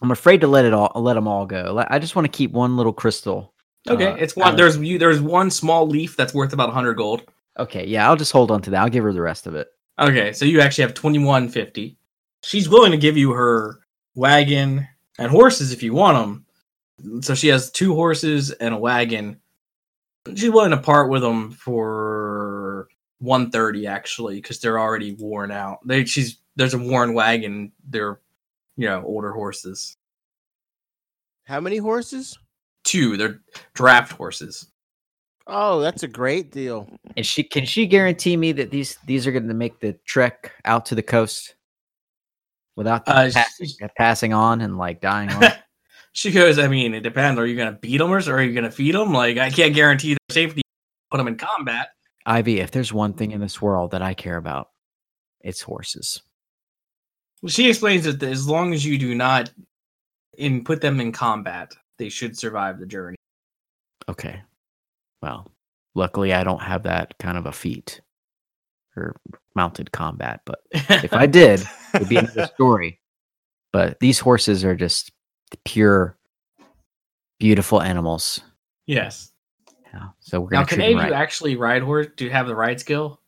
[SPEAKER 4] I'm afraid to let it all let them all go. Let- I just want to keep one little crystal.
[SPEAKER 6] Okay,
[SPEAKER 4] uh,
[SPEAKER 6] it's
[SPEAKER 4] out
[SPEAKER 6] one.
[SPEAKER 4] of-
[SPEAKER 6] There's you. There's one small leaf that's worth about 100 gold.
[SPEAKER 4] okay. Yeah, I'll just hold on to that. I'll give her the rest of it.
[SPEAKER 6] Okay, so you actually have 2150. She's willing to give you her wagon and horses if you want them. So she has two horses and a wagon. She's willing to part with them for 130 actually cuz they're already worn out. They she's there's a worn wagon, they're you know, older horses.
[SPEAKER 5] How many horses?
[SPEAKER 6] Two, they're draft horses.
[SPEAKER 5] Oh, that's a great deal.
[SPEAKER 4] And she can she guarantee me that these these are going to make the trek out to the coast without
[SPEAKER 6] Uh,
[SPEAKER 4] pa-
[SPEAKER 6] she,
[SPEAKER 4] passing on and like dying.
[SPEAKER 6] (laughs)
[SPEAKER 4] on?
[SPEAKER 6] she goes, I mean, it depends. Are you going to beat them or or are you going to feed them? Like, I can't guarantee their safety. Put them in combat.
[SPEAKER 4] Ivy, if there's one thing in this world that I care about, it's horses.
[SPEAKER 6] Well, she explains that as long as you do not in put them in combat, they should survive the journey.
[SPEAKER 4] Okay. Well, luckily I don't have that kind of a feat or mounted combat, but if I did, it'd be another story. But these horses are just pure, beautiful animals.
[SPEAKER 6] (laughs) yes.
[SPEAKER 4] Yeah. So we're
[SPEAKER 6] Now,
[SPEAKER 4] gonna
[SPEAKER 6] can
[SPEAKER 4] treat
[SPEAKER 6] Abe
[SPEAKER 4] 'em right.
[SPEAKER 6] actually ride horse? Do you have the ride skill?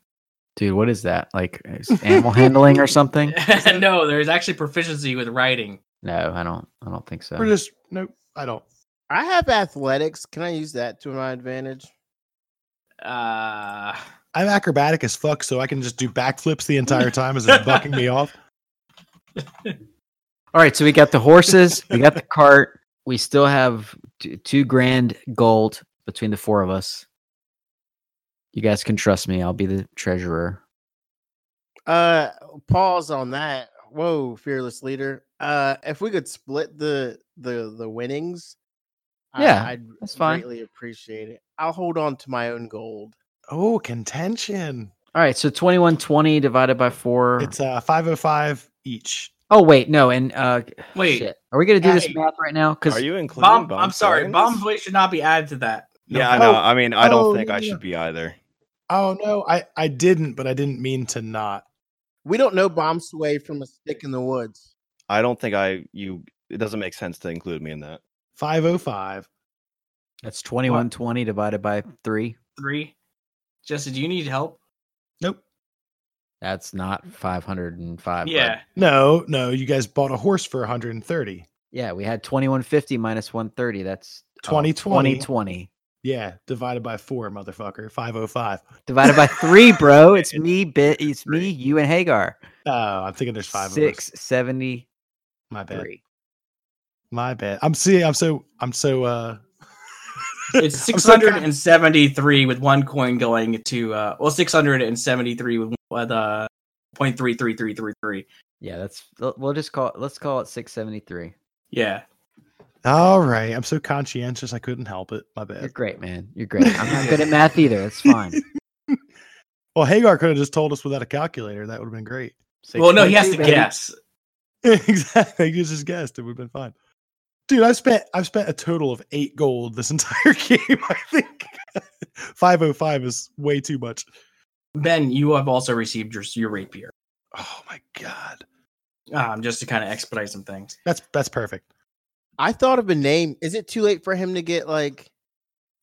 [SPEAKER 4] Dude, what is that? Like is animal handling or
[SPEAKER 9] (laughs)
[SPEAKER 4] something?
[SPEAKER 6] (laughs) no, there's actually proficiency with riding.
[SPEAKER 4] No, I don't. I don't think so.
[SPEAKER 9] We're just nope. I don't.
[SPEAKER 5] I have athletics. Can I use that to my advantage?
[SPEAKER 6] Uh,
[SPEAKER 9] I'm acrobatic as fuck, so I can just do backflips the (laughs) entire time as it's bucking me off.
[SPEAKER 4] All right, so we got the horses, we got the cart, we still have t- two grand gold between the four of us. You guys can trust me; I'll be the treasurer.
[SPEAKER 5] Uh, pause on that. Whoa, fearless leader. Uh, if we could split the the the winnings,
[SPEAKER 4] Yeah,
[SPEAKER 5] I, would
[SPEAKER 4] that's fine.
[SPEAKER 5] greatly appreciate it. I'll hold on to my own gold.
[SPEAKER 9] Oh, contention.
[SPEAKER 4] All right, so twenty-one twenty divided by four.
[SPEAKER 9] It's uh 505 each.
[SPEAKER 4] oh wait, no, and uh,
[SPEAKER 6] wait,
[SPEAKER 4] shit. are we gonna do this
[SPEAKER 6] Hey.
[SPEAKER 4] math right now? Because
[SPEAKER 3] Are you including
[SPEAKER 6] bomb. I'm
[SPEAKER 3] Bomb's
[SPEAKER 6] sorry,
[SPEAKER 3] Wagon?
[SPEAKER 6] bomb's weight should not be added to that.
[SPEAKER 3] Yeah, I
[SPEAKER 9] No.
[SPEAKER 3] know. I mean, I don't
[SPEAKER 9] Oh,
[SPEAKER 3] think I
[SPEAKER 9] yeah.
[SPEAKER 3] should be either.
[SPEAKER 9] Oh no, I I didn't, but I didn't mean to not.
[SPEAKER 5] We don't know bomb sway from a stick in the woods.
[SPEAKER 3] I don't think I you. It doesn't make sense to include me in that.
[SPEAKER 9] 505.
[SPEAKER 4] that's twenty-one twenty divided by three.
[SPEAKER 6] Three. Jesse, do you need help?
[SPEAKER 9] Nope.
[SPEAKER 4] That's not five hundred and five. bud.
[SPEAKER 6] yeah.
[SPEAKER 9] No, no, you guys bought a horse for 130.
[SPEAKER 4] yeah, we had twenty-one fifty minus one thirty. That's uh,
[SPEAKER 9] 2020.
[SPEAKER 4] 2020.
[SPEAKER 9] Yeah, divided by 4, motherfucker. 505.
[SPEAKER 4] divided by three, bro. It's me, bit. It's me, you, and Hagar.
[SPEAKER 9] Oh, I'm thinking there's 5 of us.
[SPEAKER 4] Six seventy
[SPEAKER 9] My bad.
[SPEAKER 4] three.
[SPEAKER 9] My bad. I'm see I'm so I'm so uh
[SPEAKER 6] It's
[SPEAKER 9] I'm so con-
[SPEAKER 6] 673 with one coin going to uh well 673 with with uh 0.33333.
[SPEAKER 4] Yeah, that's. l- We'll just call. It, let's call it six seventy three.
[SPEAKER 6] Yeah.
[SPEAKER 9] All right. I'm so conscientious I couldn't help it. My
[SPEAKER 4] You're
[SPEAKER 9] bad.
[SPEAKER 4] great, man. You're great. I'm not good at math either.
[SPEAKER 9] (laughs)
[SPEAKER 4] It's fine.
[SPEAKER 9] Well, Hagar could have just told us without a calculator. That would have been great. (laughs)
[SPEAKER 6] Well, no, he has to
[SPEAKER 4] 622, baby.
[SPEAKER 6] guess.
[SPEAKER 9] exactly. You just guessed. It would have been fine. Dude, I've spent I've spent a total of eight gold this (laughs) entire game. I think (laughs) 505 is way too much.
[SPEAKER 6] Ben, you have also received your your rapier.
[SPEAKER 9] Oh my god.
[SPEAKER 6] Um, just to kind of expedite some things.
[SPEAKER 9] That's that's perfect.
[SPEAKER 5] I thought of a name. Is it too late for him to get like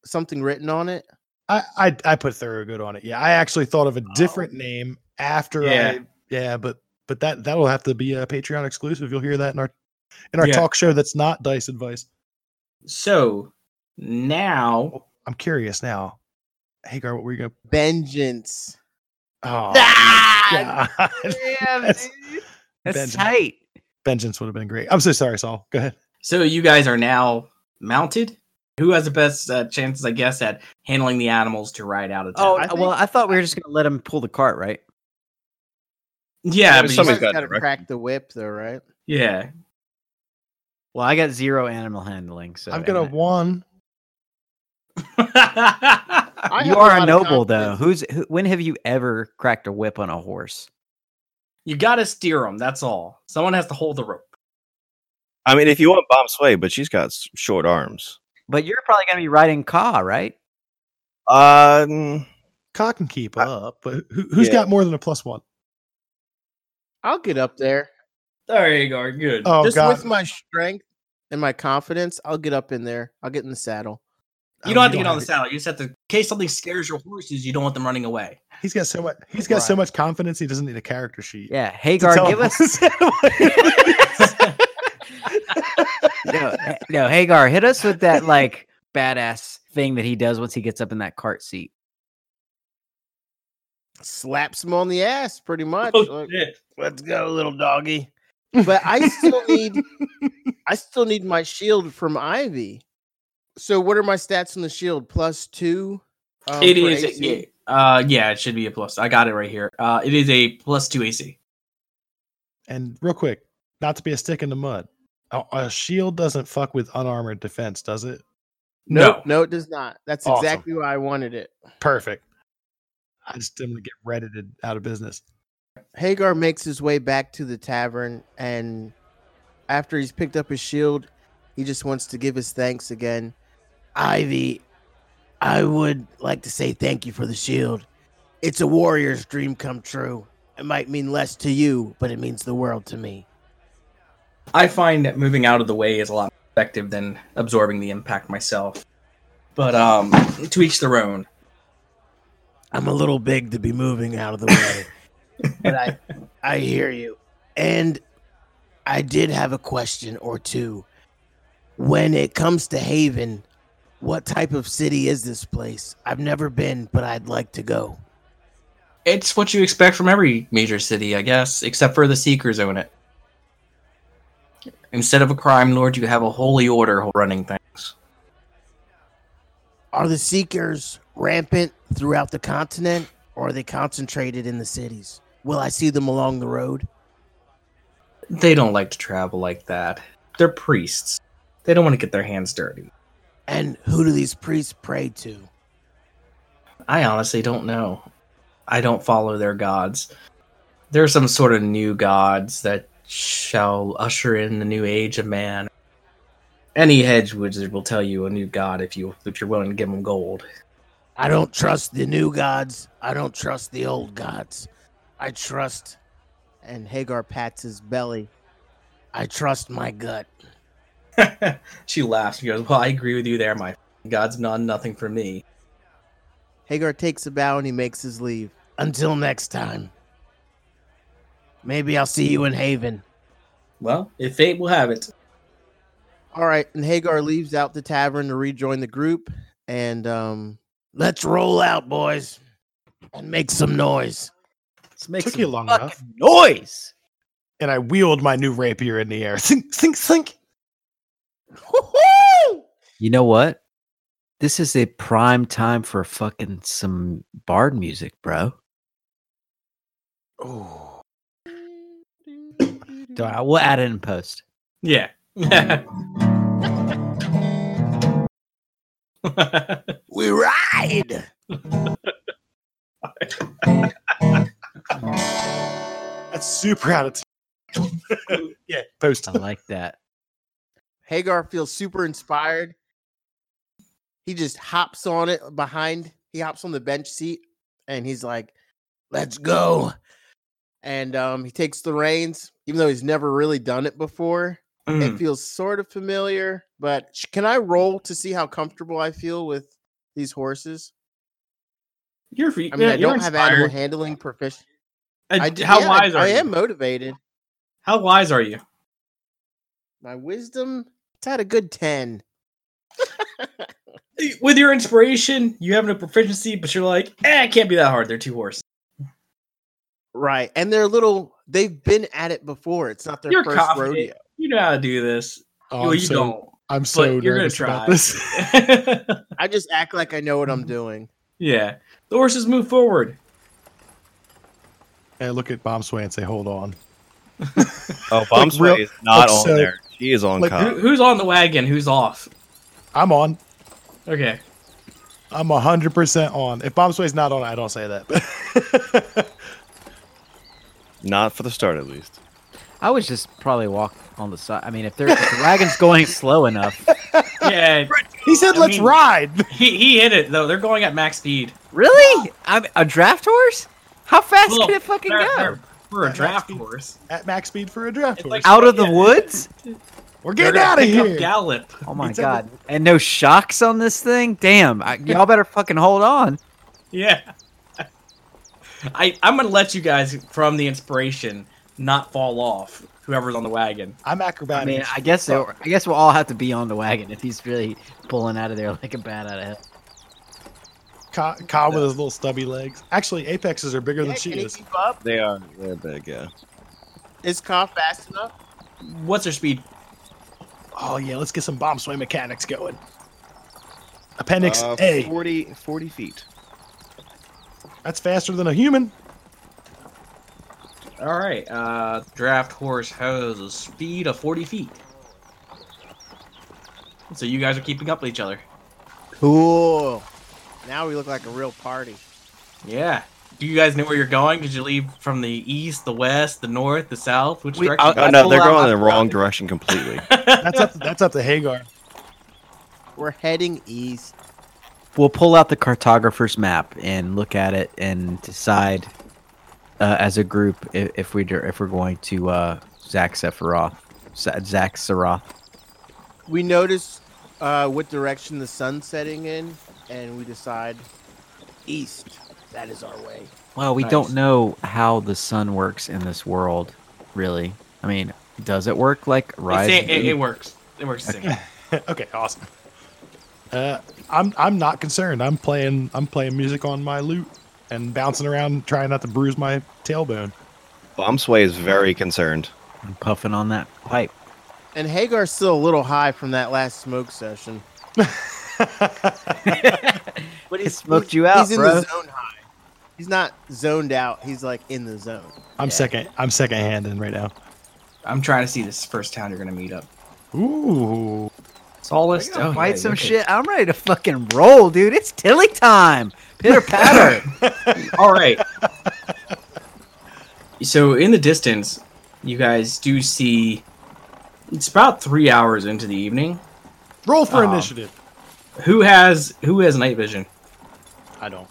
[SPEAKER 5] something written on it?
[SPEAKER 9] I I, I put Thorogood on it. Yeah, I actually thought of a
[SPEAKER 4] Oh.
[SPEAKER 9] different name after
[SPEAKER 6] Yeah.
[SPEAKER 9] I yeah, but but that that'll have to be a Patreon exclusive. You'll hear that in our in our
[SPEAKER 6] Yeah.
[SPEAKER 9] talk show that's not dice advice. Oh,
[SPEAKER 6] So now
[SPEAKER 9] I'm curious now. Hagar, what were you going to
[SPEAKER 5] Vengeance.
[SPEAKER 4] (laughs)
[SPEAKER 9] Oh,
[SPEAKER 4] Ah,
[SPEAKER 9] God.
[SPEAKER 4] Damn,
[SPEAKER 9] (laughs) That's-
[SPEAKER 4] dude. That's
[SPEAKER 9] Benjamin.
[SPEAKER 4] tight.
[SPEAKER 9] Vengeance would have been great. I'm so sorry, Saul. Go ahead.
[SPEAKER 6] so you guys are now mounted. Who has the best uh, chances, I guess, at handling the animals to ride out of town?
[SPEAKER 4] Oh
[SPEAKER 5] I
[SPEAKER 4] well,
[SPEAKER 5] think-
[SPEAKER 4] I thought we were just gonna let him pull the cart, right?
[SPEAKER 6] yeah,
[SPEAKER 3] there's somebody's
[SPEAKER 6] but you-
[SPEAKER 5] Somebody's
[SPEAKER 3] got
[SPEAKER 5] got to
[SPEAKER 3] direction.
[SPEAKER 5] crack the whip, though, right?
[SPEAKER 6] yeah.
[SPEAKER 4] Well, I got zero animal handling, so
[SPEAKER 9] I've got a
[SPEAKER 4] and
[SPEAKER 9] one.
[SPEAKER 5] I
[SPEAKER 4] You
[SPEAKER 5] have
[SPEAKER 4] are a
[SPEAKER 5] lot of
[SPEAKER 4] noble, though.
[SPEAKER 5] confidence.
[SPEAKER 4] Who's who, when have you ever cracked a whip on a horse?
[SPEAKER 6] (laughs) you got to steer them. That's all. Someone has to hold the rope.
[SPEAKER 3] I mean, if you want Bomb Sway, but she's got s- short arms.
[SPEAKER 4] But you're probably gonna be riding Ka, right?
[SPEAKER 3] Um,
[SPEAKER 9] Cock can keep up, but who, who's
[SPEAKER 3] Yeah.
[SPEAKER 9] got more than a plus one?
[SPEAKER 5] I'll get up there.
[SPEAKER 6] There you go. Good.
[SPEAKER 9] Oh
[SPEAKER 5] Just
[SPEAKER 9] god,
[SPEAKER 5] with my strength and my confidence, I'll get up in there. I'll get in the saddle.
[SPEAKER 6] you don't have to get on the saddle. You just have to, in case something scares your horses, you don't want them running away.
[SPEAKER 9] he's got so much. He's got so
[SPEAKER 6] Right.
[SPEAKER 9] much confidence. He doesn't need a character sheet.
[SPEAKER 4] Yeah, Hagar,
[SPEAKER 9] tell
[SPEAKER 4] give
[SPEAKER 9] him.
[SPEAKER 4] us. (laughs) no, Ha- no, Hagar, hit us with that like badass thing that he does once he gets up in that cart seat.
[SPEAKER 5] Slaps him on the ass, pretty much.
[SPEAKER 6] Oh,
[SPEAKER 5] Like,
[SPEAKER 6] shit.
[SPEAKER 8] Let's go, little doggy.
[SPEAKER 5] but I still need I still need my shield from Ivy. So what are my stats on the shield? Plus two. um,
[SPEAKER 6] it
[SPEAKER 5] for
[SPEAKER 6] is. A,
[SPEAKER 5] AC?
[SPEAKER 6] yeah, uh, yeah, it should be a plus. I got it right here. Uh, it is a plus two AC.
[SPEAKER 9] And real quick, not to be a stick in the mud, a, a shield doesn't fuck with unarmored defense, does it?
[SPEAKER 5] Nope, no, it does not. That's
[SPEAKER 9] Awesome.
[SPEAKER 5] exactly why I wanted it.
[SPEAKER 9] Perfect. I just didn't want to get reddited out of business.
[SPEAKER 5] Hagar makes his way back to the tavern, and after he's picked up his shield, he just wants to give his thanks again.
[SPEAKER 8] Ivy, I would like to say thank you for the shield. It's a warrior's dream come true. It might mean less to you, but it means the world to me.
[SPEAKER 6] I find that moving out of the way is a lot more effective than absorbing the impact myself. But um, to each their own.
[SPEAKER 8] I'm a little big to be moving out of the way. but I I hear you. And I did have a question or two. When it comes to Haven, what type of city is this place? I've never been, but I'd like to go.
[SPEAKER 6] It's what you expect from every major city, I guess, except for the Seekers own it. Instead of a crime lord, you have a holy order running things.
[SPEAKER 8] Are the seekers rampant throughout the continent or are they concentrated in the cities? Will I see them along the road?
[SPEAKER 6] They don't like to travel like that. They're priests. They don't want to get their hands dirty.
[SPEAKER 8] And who do these priests pray to?
[SPEAKER 6] I honestly don't know. I don't follow their gods. There are some sort of new gods that shall usher in the new age of man. Any hedge wizard will tell you a new god if you if you're willing to give him gold. (laughs)
[SPEAKER 8] I don't trust the new gods. I don't trust the old gods. I trust
[SPEAKER 5] And Hagar pats his belly.
[SPEAKER 8] I trust my gut.
[SPEAKER 6] she laughs and goes, "Well, I agree with you there. My god's done nothing for me."
[SPEAKER 5] Hagar takes a bow and he makes his leave.
[SPEAKER 8] Until next time. Maybe I'll see you in Haven.
[SPEAKER 6] Well, if fate will have it,
[SPEAKER 5] All right, and Hagar leaves out the tavern to rejoin the group, and um,
[SPEAKER 8] Let's roll out, boys, and make some
[SPEAKER 5] (laughs)
[SPEAKER 8] noise.
[SPEAKER 4] Let's make
[SPEAKER 9] Took
[SPEAKER 4] some
[SPEAKER 9] you long
[SPEAKER 4] fucking
[SPEAKER 9] enough.
[SPEAKER 4] noise.
[SPEAKER 9] And I wheeled my new rapier in the air. (laughs) Think, think, think.
[SPEAKER 4] You know what? This is a prime time for fucking some bard music, bro.
[SPEAKER 9] Oh,
[SPEAKER 4] Don't- We'll add it in post.
[SPEAKER 6] (laughs) yeah. Hmm.
[SPEAKER 8] We ride.
[SPEAKER 9] that's super out of tune. yeah, post.
[SPEAKER 4] I like that.
[SPEAKER 5] Hagar feels super inspired. He just hops on it behind. He hops on the bench seat, and he's like,
[SPEAKER 8] Let's go.
[SPEAKER 5] and um, he takes the reins, even though he's never really done it before. It
[SPEAKER 6] Mm.
[SPEAKER 5] feels sort of familiar, but sh- can I roll to see how comfortable I feel with these horses?
[SPEAKER 6] You're,
[SPEAKER 5] I mean, I don't have animal handling proficiency. I, d-
[SPEAKER 6] Uh, how
[SPEAKER 5] yeah, I-
[SPEAKER 6] wise are
[SPEAKER 5] I
[SPEAKER 6] you?
[SPEAKER 5] am motivated.
[SPEAKER 6] How wise are you?
[SPEAKER 5] My wisdom, it's at a good 10.
[SPEAKER 6] With your inspiration, you have no proficiency, but you're like, eh, it can't be that hard. They're two horses.
[SPEAKER 5] Right. And they're little, they've been at it before. It's not their
[SPEAKER 6] You're
[SPEAKER 5] first
[SPEAKER 6] confident.
[SPEAKER 5] rodeo.
[SPEAKER 6] You know how to do this.
[SPEAKER 9] Oh,
[SPEAKER 6] well,
[SPEAKER 9] I'm
[SPEAKER 6] you
[SPEAKER 9] so,
[SPEAKER 6] don't. (laughs)
[SPEAKER 9] I'm so
[SPEAKER 6] you're gonna
[SPEAKER 9] nervous about
[SPEAKER 6] try.
[SPEAKER 9] this. (laughs)
[SPEAKER 5] I just act like I know what I'm doing.
[SPEAKER 6] yeah. The horses move forward.
[SPEAKER 9] I look at Bomb Sway and say, "Hold on."
[SPEAKER 3] Oh, Bomb
[SPEAKER 9] Like, real-
[SPEAKER 3] Sway is not
[SPEAKER 9] like,
[SPEAKER 3] on
[SPEAKER 9] so-
[SPEAKER 3] there. She is on
[SPEAKER 9] like,
[SPEAKER 6] Who,
[SPEAKER 3] cop.
[SPEAKER 6] who's on the wagon? Who's off?
[SPEAKER 9] I'm on.
[SPEAKER 6] Okay.
[SPEAKER 9] I'm hundred percent on. If Bomb Sway's not on, I don't say that. (laughs)
[SPEAKER 3] Not for the start, at least.
[SPEAKER 4] I would just probably walk on the side. I mean, if, they're, if the wagon's going slow enough.
[SPEAKER 6] Yeah.
[SPEAKER 9] he said,
[SPEAKER 6] I
[SPEAKER 9] "Let's
[SPEAKER 6] mean-
[SPEAKER 9] ride."
[SPEAKER 6] he, he hit it, though. They're going at max speed.
[SPEAKER 4] Really? I'm, a draft horse? How fast
[SPEAKER 6] Look,
[SPEAKER 4] can it fucking
[SPEAKER 6] they're-
[SPEAKER 4] go?
[SPEAKER 6] they're for a
[SPEAKER 9] At max (laughs)
[SPEAKER 6] draft
[SPEAKER 9] speed-
[SPEAKER 6] horse.
[SPEAKER 9] At max speed for a draft
[SPEAKER 6] It's
[SPEAKER 9] horse.
[SPEAKER 6] like-
[SPEAKER 4] Out of the
[SPEAKER 6] Yeah.
[SPEAKER 4] woods?
[SPEAKER 9] We're
[SPEAKER 6] They're
[SPEAKER 9] getting
[SPEAKER 6] gonna
[SPEAKER 9] out of
[SPEAKER 6] pick up
[SPEAKER 9] here.
[SPEAKER 6] Gallop. (laughs)
[SPEAKER 4] Oh my
[SPEAKER 9] It's a-
[SPEAKER 4] god. And no shocks on this thing? Damn. I, y'all better fucking hold on.
[SPEAKER 6] Yeah. I I'm gonna let you guys from the inspiration not fall off. Whoever's on the wagon.
[SPEAKER 9] I'm acrobatic.
[SPEAKER 4] I mean, I guess they I guess we'll all have to be on the wagon if he's really pulling out of there (laughs) like a bat out of hell.
[SPEAKER 9] Ka, Ka with his little stubby legs. Actually, apexes are bigger
[SPEAKER 5] Yeah,
[SPEAKER 9] than she
[SPEAKER 5] can he
[SPEAKER 9] is.
[SPEAKER 5] keep up?
[SPEAKER 3] They are. They're big. Yeah.
[SPEAKER 5] Is Ka fast enough?
[SPEAKER 6] What's their speed?
[SPEAKER 9] Oh yeah, let's get some bomb sway mechanics going. Appendix
[SPEAKER 3] Uh,
[SPEAKER 9] A.
[SPEAKER 3] 40, 40 feet.
[SPEAKER 9] That's faster than a human.
[SPEAKER 6] All right. Uh, draft horse has a speed of 40 feet. So you guys are keeping up with each other.
[SPEAKER 5] Cool. Now we look like a real party.
[SPEAKER 6] Yeah. Do you guys know where you're going? Did you leave from the east, the west, the north, the south? Which
[SPEAKER 4] We-
[SPEAKER 6] direction?
[SPEAKER 3] Oh no, they're going in the wrong direction completely.
[SPEAKER 9] That's up. That's up to Hagar. (laughs)
[SPEAKER 5] We're heading east.
[SPEAKER 4] We'll pull out the cartographer's map and look at it and decide uh, as a group if, if we do- if we're going to uh, Zach Sephiroth, Sa- Zach Sarath.
[SPEAKER 5] We notice uh, what direction the sun's setting in, and we decide east. That is our way.
[SPEAKER 4] Well, we
[SPEAKER 6] Nice.
[SPEAKER 4] don't know how the sun works in this world, really. I mean, does it work like
[SPEAKER 6] (laughs) It's-
[SPEAKER 4] rise?
[SPEAKER 6] It, it,
[SPEAKER 4] and-
[SPEAKER 6] it works. It works. the same.
[SPEAKER 9] okay, awesome. Uh, I'm I'm not concerned. I'm playing I'm playing music on my lute and bouncing around, trying not to bruise my tailbone.
[SPEAKER 3] Bomb Sway is very concerned.
[SPEAKER 4] I'm puffing on that pipe.
[SPEAKER 5] And Hagar's still a little high from that last smoke session.
[SPEAKER 4] But he smoked you out,
[SPEAKER 5] He's in
[SPEAKER 4] bro.
[SPEAKER 5] the zone high. He's not zoned out. He's like in the zone.
[SPEAKER 9] I'm second I'm second hand in right now.
[SPEAKER 6] I'm trying to see this first town you're gonna meet up.
[SPEAKER 9] Ooh,
[SPEAKER 6] Solace.
[SPEAKER 4] Gonna fight some shit. I'm ready to fucking roll, dude. It's Tilly time. Pitter patter.
[SPEAKER 6] All right. (laughs) so in the distance, you guys do see. It's about three hours into the evening.
[SPEAKER 9] roll for
[SPEAKER 6] Um,
[SPEAKER 9] initiative.
[SPEAKER 6] Who has who has night vision?
[SPEAKER 9] I don't.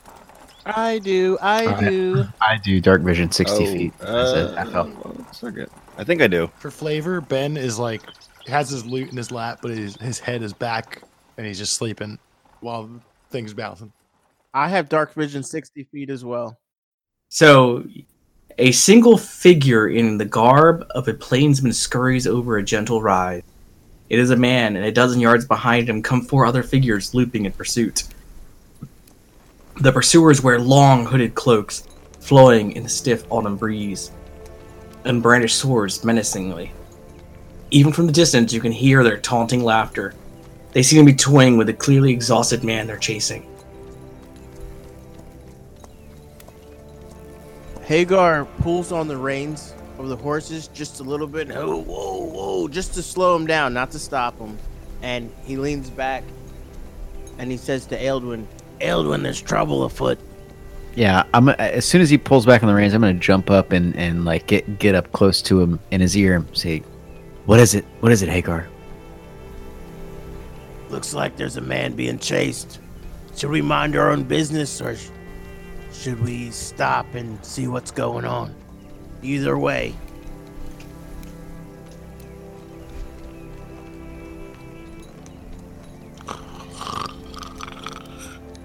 [SPEAKER 5] I do. I
[SPEAKER 4] Alright.
[SPEAKER 5] do.
[SPEAKER 4] (laughs) I do dark vision
[SPEAKER 3] Oh,
[SPEAKER 4] 60 feet. uh,
[SPEAKER 3] uh, so good. I think I do.
[SPEAKER 9] For flavor, Ben is like has his lute in his lap, but his his head is back and he's just sleeping while things bouncing.
[SPEAKER 5] I have dark vision 60 feet as well.
[SPEAKER 6] So, a single figure in the garb of a plainsman scurries over a gentle rise. It is a man, and a dozen yards behind him come four other figures looping in pursuit. The pursuers wear long hooded cloaks, flowing in the stiff autumn breeze, and brandish swords menacingly. Even from the distance, you can hear their taunting laughter. They seem to be toying with the clearly exhausted man they're chasing.
[SPEAKER 5] Hagar pulls on the reins of the horses just a little bit. Whoa, whoa, whoa. Just to slow him down, not to stop him. And he leans back and he says to Eldwin, Eldwin, there's trouble afoot.
[SPEAKER 4] Yeah, I'm. As soon as he pulls back on the reins, I'm gonna jump up and and like get get up close to him in his ear and say, "What is it? What is it, Hagar?"
[SPEAKER 8] Looks like there's a man being chased. Should we mind our own business or sh- should we stop and see what's going on? Either way,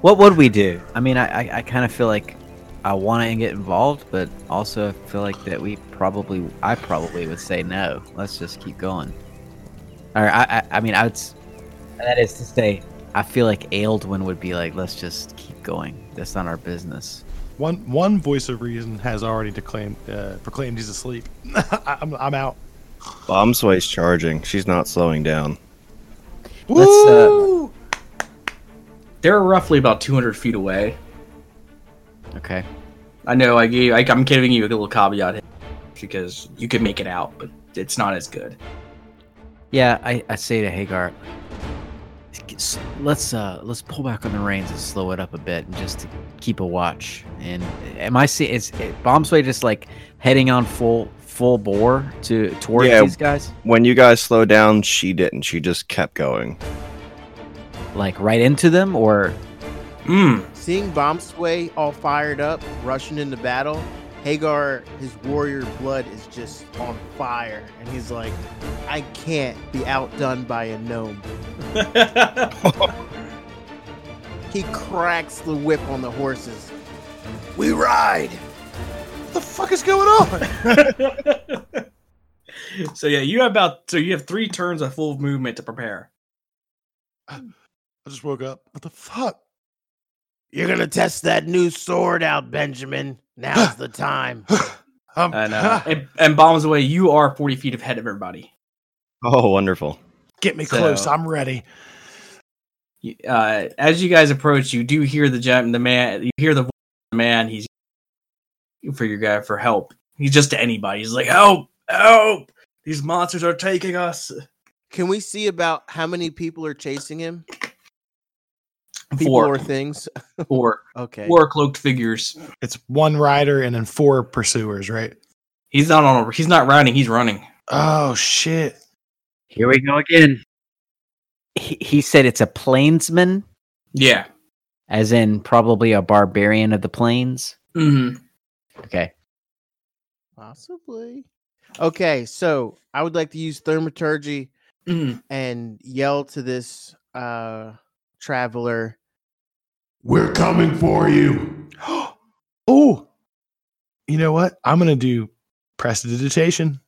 [SPEAKER 4] What would we do? I mean, I I, I kind of feel like I want to get involved, but also I feel like that we probably I probably would say no. Let's just keep going. Or I I, I mean I would. s- That is to say, I feel like Aildwin would be like, "Let's just keep going. That's not our business."
[SPEAKER 9] One one voice of reason has already declaimed uh, proclaimed he's asleep. (laughs) I, am I'm out.
[SPEAKER 3] Bomb Sway's charging. She's not slowing down.
[SPEAKER 4] Let's, uh,
[SPEAKER 9] Woo!
[SPEAKER 6] (laughs) They're roughly about 200 feet away.
[SPEAKER 4] Okay.
[SPEAKER 6] I know I gave. I, I'm giving you a little caveat because you could make it out, but it's not as good.
[SPEAKER 4] Yeah, I, I say to Hagar, "S- let's uh let's pull back on the reins and slow it up a bit, and just to keep a watch. And am I see is Bomb Sway just like heading on full full bore to towards
[SPEAKER 3] Yeah.
[SPEAKER 4] these guys,
[SPEAKER 3] When you guys slow down, she didn't. She just kept going.
[SPEAKER 4] like right into them, or
[SPEAKER 6] Mm.
[SPEAKER 5] Seeing Bomb Sway all fired up, rushing into battle, Hagar, his warrior blood is just on fire, and he's like, I can't be outdone by a
[SPEAKER 6] (laughs)
[SPEAKER 5] gnome. He cracks the whip on the horses. We ride!
[SPEAKER 9] What the fuck is going on?
[SPEAKER 6] so yeah, you have about so you have three turns of full movement to prepare.
[SPEAKER 9] I just woke up. What the fuck?
[SPEAKER 8] You're gonna test that new sword out, Benjamin. Now's the
[SPEAKER 6] (gasps)
[SPEAKER 8] time.
[SPEAKER 9] Um,
[SPEAKER 6] And uh, and, and bombs away. You are forty feet ahead of everybody.
[SPEAKER 3] Oh, wonderful.
[SPEAKER 9] (laughs) get me close.
[SPEAKER 6] so-
[SPEAKER 9] I'm ready.
[SPEAKER 6] You- Uh, as you guys approach, you do hear the gem, the man. You hear the voice of the man. He's for your guy for help. He's just to anybody. He's like, help,
[SPEAKER 4] (laughs)
[SPEAKER 6] help! These monsters are taking us.
[SPEAKER 5] Can we see about how many people are chasing him? People
[SPEAKER 6] Four,
[SPEAKER 5] or things?
[SPEAKER 6] four,
[SPEAKER 5] Okay.
[SPEAKER 6] four cloaked figures.
[SPEAKER 9] It's one rider and then four pursuers, right?
[SPEAKER 6] He's not on. A, he's not riding. He's running.
[SPEAKER 9] Oh shit!
[SPEAKER 4] Here we go again. He, he said it's a plainsman,
[SPEAKER 6] Yeah.
[SPEAKER 4] as in probably a barbarian of the plains.
[SPEAKER 6] hmm
[SPEAKER 4] Okay.
[SPEAKER 5] Possibly. Okay, so I would like to use thermaturgy
[SPEAKER 6] hmm
[SPEAKER 5] and yell to this uh traveler.
[SPEAKER 1] We're coming for you.
[SPEAKER 9] (gasps) oh, you know what? I'm gonna do prestidigitation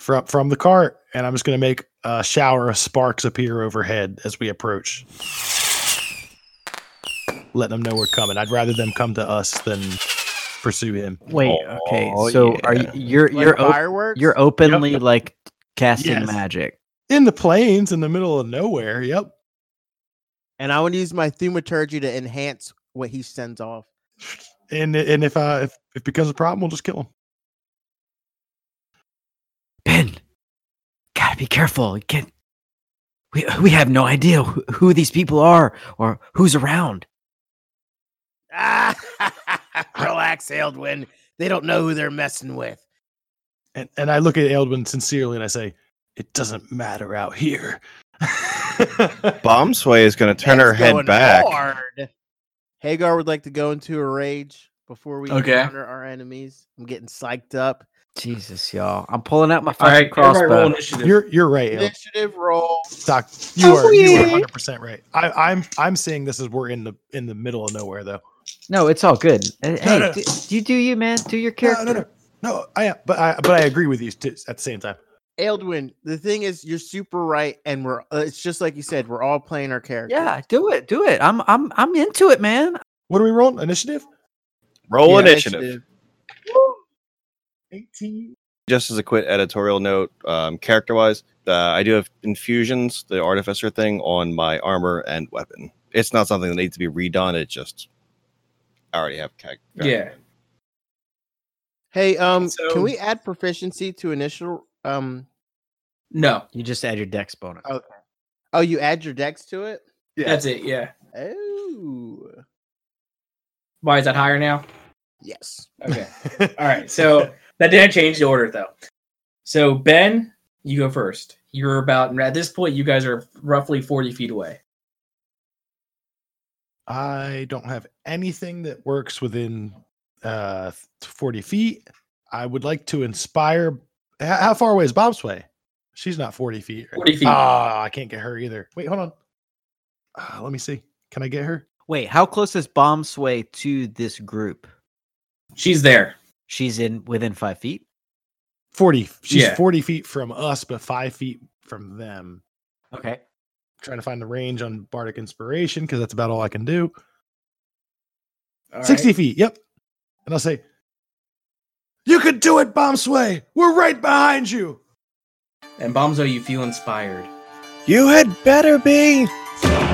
[SPEAKER 9] from from the cart, and I'm just gonna make a shower of sparks appear overhead as we approach. Letting them know we're coming. I'd rather them come to us than pursue him.
[SPEAKER 4] Wait.
[SPEAKER 3] okay, Oh,
[SPEAKER 4] So are you,
[SPEAKER 3] yeah.
[SPEAKER 4] you're
[SPEAKER 5] Like
[SPEAKER 4] you're op-
[SPEAKER 5] fireworks?
[SPEAKER 4] you're openly like casting
[SPEAKER 9] Yes.
[SPEAKER 4] magic.
[SPEAKER 9] In the plains, in the middle of nowhere. Yep.
[SPEAKER 5] and I would use my thaumaturgy to enhance what he sends off. (laughs)
[SPEAKER 9] And and if uh if, if it becomes a problem, we'll just kill him.
[SPEAKER 4] Ben, gotta be careful. You can't. We we have no idea who, who these people are or who's around.
[SPEAKER 8] Ah, Relax, Eldwin. They don't know who they're messing with.
[SPEAKER 9] And and I look at Eldwin sincerely and I say, It doesn't matter out here.
[SPEAKER 3] Bomb Sway is going to turn her
[SPEAKER 5] It's
[SPEAKER 3] head
[SPEAKER 5] going
[SPEAKER 3] back.
[SPEAKER 5] hard. Hagar would like to go into a rage before we
[SPEAKER 6] Okay.
[SPEAKER 5] encounter our enemies. I'm getting psyched up.
[SPEAKER 4] Jesus, y'all! I'm pulling out my
[SPEAKER 6] All
[SPEAKER 4] fucking
[SPEAKER 6] right, everybody roll
[SPEAKER 4] crossbow.
[SPEAKER 6] initiative.
[SPEAKER 9] You're you're right, Eldwin.
[SPEAKER 5] Initiative roll.
[SPEAKER 9] Doc, you
[SPEAKER 6] Oh,
[SPEAKER 9] are you are
[SPEAKER 5] Sweet.
[SPEAKER 9] 100 percent right. I, I'm I'm seeing this as we're in the in the middle of nowhere though.
[SPEAKER 4] No, it's all good. Uh, Hey,
[SPEAKER 9] no.
[SPEAKER 4] d- you do you, man. Do your character.
[SPEAKER 9] No, no, no, no. I am, but I but I agree with you too, at the same time.
[SPEAKER 5] Eldwin, the thing is, you're super right, and we're. Uh, it's just like you said. We're all playing our character.
[SPEAKER 4] Yeah, do it, do it. I'm I'm I'm into it, man.
[SPEAKER 9] What are we rolling? Initiative?
[SPEAKER 3] Roll
[SPEAKER 5] Yeah,
[SPEAKER 3] initiative. Just as a quick editorial note, um, character wise, uh, I do have infusions, the artificer thing, on my armor and weapon. It's not something that needs to be redone. It just, I already have. Ca-
[SPEAKER 6] yeah.
[SPEAKER 5] Hey, um,
[SPEAKER 6] So-
[SPEAKER 5] can we add proficiency to initial? Um,
[SPEAKER 6] No,
[SPEAKER 4] You just add your dex bonus.
[SPEAKER 5] okay. Oh, you add your dex to it.
[SPEAKER 6] that's it. Yeah.
[SPEAKER 5] Oh,
[SPEAKER 6] Why is that
[SPEAKER 4] (laughs)
[SPEAKER 6] higher now?
[SPEAKER 5] yes.
[SPEAKER 6] Okay. All right. So that didn't change the order though. So Ben, you go first. You're about at this point. You guys are roughly forty feet away.
[SPEAKER 9] (laughs) I don't have anything that works within uh 40 feet. I would like to inspire. h- How far away is Bob's way? She's not 40 feet. right?
[SPEAKER 6] Forty feet.
[SPEAKER 9] Ah, I can't get her either. Wait, hold on. Uh, let me see. Can I get her?
[SPEAKER 4] Wait, how close is Bomb Sway to this group?
[SPEAKER 6] She's there.
[SPEAKER 4] She's in within five feet.
[SPEAKER 9] 40. She's
[SPEAKER 6] Yeah.
[SPEAKER 9] 40 feet from us, but five feet from them.
[SPEAKER 4] Okay.
[SPEAKER 9] Trying to find the range on Bardic Inspiration because that's about all I can do.
[SPEAKER 6] All
[SPEAKER 9] 60
[SPEAKER 6] right.
[SPEAKER 9] feet. Yep. And I'll say, You can do it, Bomb Sway. We're right behind you.
[SPEAKER 6] And Bomzo, you feel inspired.
[SPEAKER 3] You had better be.